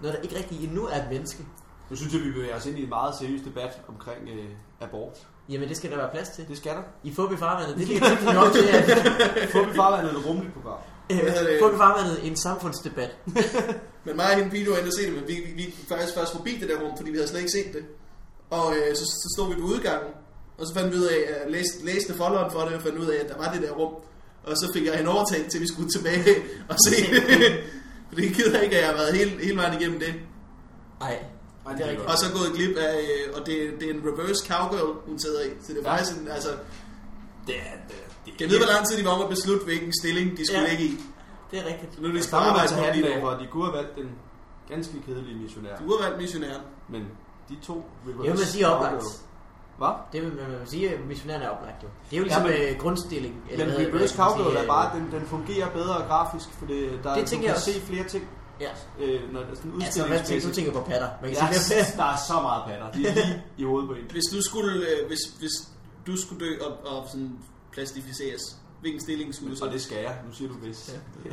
Speaker 1: når der ikke rigtig endnu er et menneske.
Speaker 3: Nu synes jeg, vi bevæger os ind i en meget seriøs debat omkring øh, abort.
Speaker 1: Jamen, det skal der være plads til.
Speaker 3: Det skal der.
Speaker 1: I Fubi Farvandet, det
Speaker 3: <laughs>
Speaker 1: ligger tit nok til, at
Speaker 3: Fubi Farvandet er et rummeligt program.
Speaker 2: Hvad hedder
Speaker 1: øh,
Speaker 2: det?
Speaker 1: Fubi Farvandet er en samfundsdebat.
Speaker 2: Men mig og hende Pino endte og se det, men vi, vi, vi gik faktisk først forbi det der rum, fordi vi havde slet ikke set det. Og øh, så, så stod vi på udgangen, og så fandt vi ud af, at læste, læste folderen for det, og fandt ud af, at der var det der rum. Og så fik jeg hende overtalt, til vi skulle <laughs> tilbage og se det. <laughs> For det gider jeg ikke, at jeg har været hele, hele vejen igennem det.
Speaker 1: Ej,
Speaker 3: Ej,
Speaker 1: det er rigtigt.
Speaker 2: Og så gået glip af, øh, og det, det er en reverse cowgirl, hun sidder i. Så det er faktisk en, altså,
Speaker 3: Det er... Det, er- det,
Speaker 2: kan jeg vide, hvor lang tid de var om at beslutte, hvilken stilling de skulle
Speaker 1: Ja.
Speaker 2: ja. ligge i.
Speaker 1: det er rigtigt.
Speaker 2: Så nu er de
Speaker 3: det
Speaker 2: skal
Speaker 3: skal man
Speaker 2: arbejde
Speaker 3: tage
Speaker 2: på
Speaker 3: hatten af
Speaker 2: lige
Speaker 3: for,
Speaker 2: over.
Speaker 3: at de kunne have valgt den ganske kedelige missionær.
Speaker 2: Du har valgt missionæren.
Speaker 3: Men de to... reverse
Speaker 1: Jeg vil sige oplagt.
Speaker 3: cowgirl- Hvad?
Speaker 1: Det vil man vil sige, at missionæren er oplagt jo. Det er jo ligesom
Speaker 3: Ja,
Speaker 1: ja,
Speaker 3: men-
Speaker 1: men, grundstilling.
Speaker 3: Men
Speaker 1: hvad- hvad
Speaker 3: Reverse
Speaker 1: skal man sige,
Speaker 3: Cowgirl er
Speaker 1: øh,
Speaker 3: bare, den, den fungerer bedre grafisk, for det, der,
Speaker 1: Det
Speaker 3: du
Speaker 1: tænker
Speaker 3: kan
Speaker 1: jeg også.
Speaker 3: se flere ting,
Speaker 1: Ja,
Speaker 3: øh, når det er
Speaker 1: altså hvad
Speaker 3: sådan
Speaker 1: tænker, du
Speaker 3: udstillingsmæssigt.
Speaker 1: tænker på patter. Man kan
Speaker 3: Ja, <laughs>
Speaker 1: ja, sige, <laughs>
Speaker 3: der er så meget patter. De er lige i hovedet på en.
Speaker 2: Hvis du skulle, øh, hvis, hvis du skulle dø og, og sådan plastificeres, hvilken stilling skulle du så?
Speaker 3: Og det skal jeg. Nu siger du hvis.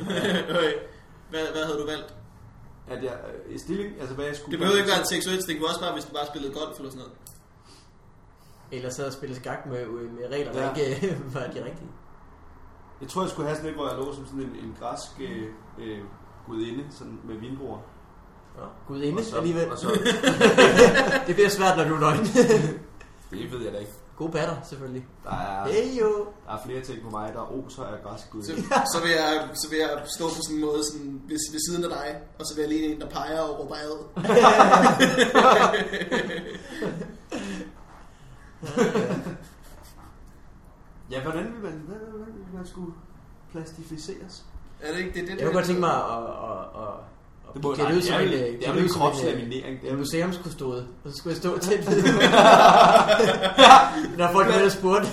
Speaker 2: <laughs> Okay. hvad, hvad havde du valgt?
Speaker 3: At jeg, øh, i stilling, altså hvad jeg skulle...
Speaker 2: Det behøver ikke være en seksuel stilling, det kunne også bare, hvis du bare spillede golf eller sådan noget.
Speaker 1: eller sidder og spiller skak med, øh, med regler, der
Speaker 3: Ja.
Speaker 1: ikke <laughs> øh, var de rigtige.
Speaker 3: Jeg tror, jeg skulle have sådan et, hvor jeg lå som sådan en, en græsk øh, øh, gudinde, sådan med vinbruger.
Speaker 1: Nå, Gud inde
Speaker 3: Og så-
Speaker 1: alligevel.
Speaker 3: Og så,
Speaker 1: <laughs> Det bliver svært, når du er nøgen. <laughs>
Speaker 3: det ved jeg da ikke.
Speaker 1: Gode patter, selvfølgelig.
Speaker 3: Der er,
Speaker 1: Hey
Speaker 3: <laughs>
Speaker 1: <laughs> jo.
Speaker 3: der er flere ting på mig, der oser af græsk <laughs>
Speaker 2: Så,
Speaker 3: gudinde.
Speaker 2: så, vil jeg, så vil jeg stå på sådan en måde sådan ved, ved siden af dig, og så vil jeg lige en, der peger og råber ad.
Speaker 3: Ja, hvordan vil man, hvad, hvad, hvordan vil man skulle plastificeres?
Speaker 2: Er det ikke det? er det
Speaker 1: Jeg
Speaker 2: det-
Speaker 1: kunne godt tænke mig at, at, at, at blive klædt ud
Speaker 3: det
Speaker 1: som
Speaker 3: er
Speaker 1: en,
Speaker 3: vel-
Speaker 1: øh,
Speaker 3: det er
Speaker 1: klædt
Speaker 3: vel
Speaker 1: ud
Speaker 3: en
Speaker 1: som en,
Speaker 3: kropslaminering. Det
Speaker 1: øh, en
Speaker 3: er vel-
Speaker 1: museumskustode, og så skulle
Speaker 3: <laughs>
Speaker 1: jeg stå tæt ved, når folk ellers spurgte.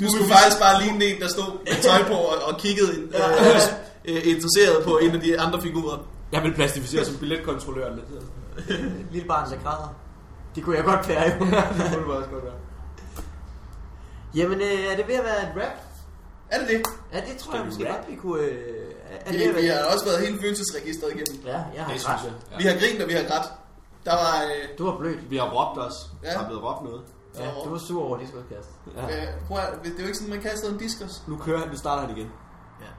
Speaker 2: Du skulle faktisk bare ligne en, der stod med tøj på og, og kiggede øh, øh, interesseret på en af de andre figurer.
Speaker 3: Jeg vil plastificere som billetkontrolløren. Det hedder det.
Speaker 1: Lille barn, der græder. Det kunne jeg godt være,
Speaker 3: <laughs>
Speaker 1: jo.
Speaker 3: Det kunne det også godt være.
Speaker 1: Jamen, øh, er det ved at være et rap?
Speaker 2: Er det det?
Speaker 1: Ja, det tror
Speaker 3: Skal
Speaker 1: jeg
Speaker 3: vi
Speaker 1: måske
Speaker 3: rap?
Speaker 1: godt, vi kunne... Øh, er- er
Speaker 2: Vi,
Speaker 1: det ved at
Speaker 2: vi
Speaker 1: være...
Speaker 2: har også været hele følelsesregisteret igennem.
Speaker 1: Ja, jeg har
Speaker 3: Det
Speaker 1: ret.
Speaker 3: synes jeg.
Speaker 2: Vi har grint, og vi har grædt. Der var... Øh,
Speaker 1: Du var blødt.
Speaker 3: Vi har råbt os.
Speaker 2: Ja.
Speaker 3: Der er blevet råbt noget.
Speaker 1: Ja,
Speaker 2: og-
Speaker 1: du var sur over diskoskast.
Speaker 3: Ja.
Speaker 2: Øh, prøv at, det er jo ikke sådan, man kaster en diskus.
Speaker 3: Nu kører han, nu starter han igen.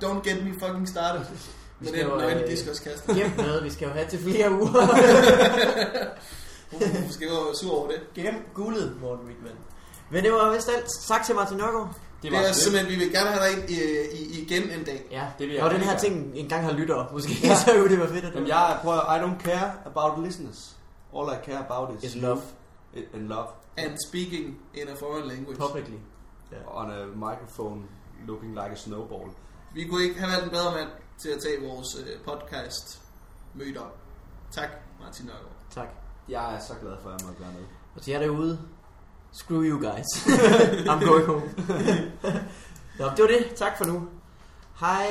Speaker 2: Don't get me fucking
Speaker 1: <laughs>
Speaker 2: started. Med
Speaker 1: skal
Speaker 2: den
Speaker 1: jo,
Speaker 2: nøgne
Speaker 1: øh,
Speaker 2: diskuskast.
Speaker 1: Gem noget, vi skal jo have til flere uger.
Speaker 2: Uh, skal jeg være sur over det.
Speaker 1: <laughs> Gem gulet, Morten Wigman. Men det var vist alt. Tak til Martin Nørgaard.
Speaker 2: Det, det er simpelthen, vi vil gerne have dig ind øh, i, igen en dag.
Speaker 1: Ja,
Speaker 3: Det vil jeg
Speaker 1: Når den
Speaker 3: rigtig
Speaker 1: her
Speaker 3: gerne.
Speaker 1: ting engang har lyttere, måske, ja.
Speaker 3: Ja.
Speaker 1: <laughs> så kunne det være fedt, at
Speaker 3: Jamen,
Speaker 1: det
Speaker 3: jeg prøver, I don't care about listeners. All I care about is,
Speaker 1: Is love.
Speaker 3: i- And love.
Speaker 2: And speaking in a foreign language.
Speaker 1: publicly.
Speaker 3: On a microphone looking like a snowball.
Speaker 2: Vi kunne ikke have været en bedre mand til at tage vores øh, podcast mødt op. Tak, Martin Nørgaard.
Speaker 1: Tak.
Speaker 3: Jeg er så glad for, at jeg måtte være med.
Speaker 1: Og til jer derude, screw you guys. <laughs> I'm going home. <laughs> Nå, det var det. Tak for nu. Hej.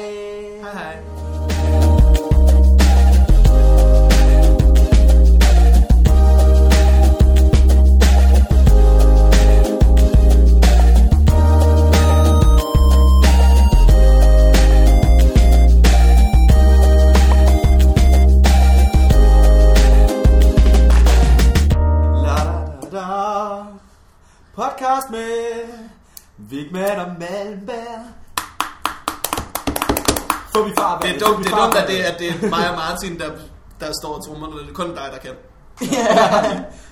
Speaker 2: Hej hej.
Speaker 3: La da da da. Podcast med Vigman og Malmberg. Forbi far,
Speaker 2: Det er dumt, det er dumt at, det, at det er mig og Martin, der, der står og trommer, det er kun dig, der kan.
Speaker 1: Ja.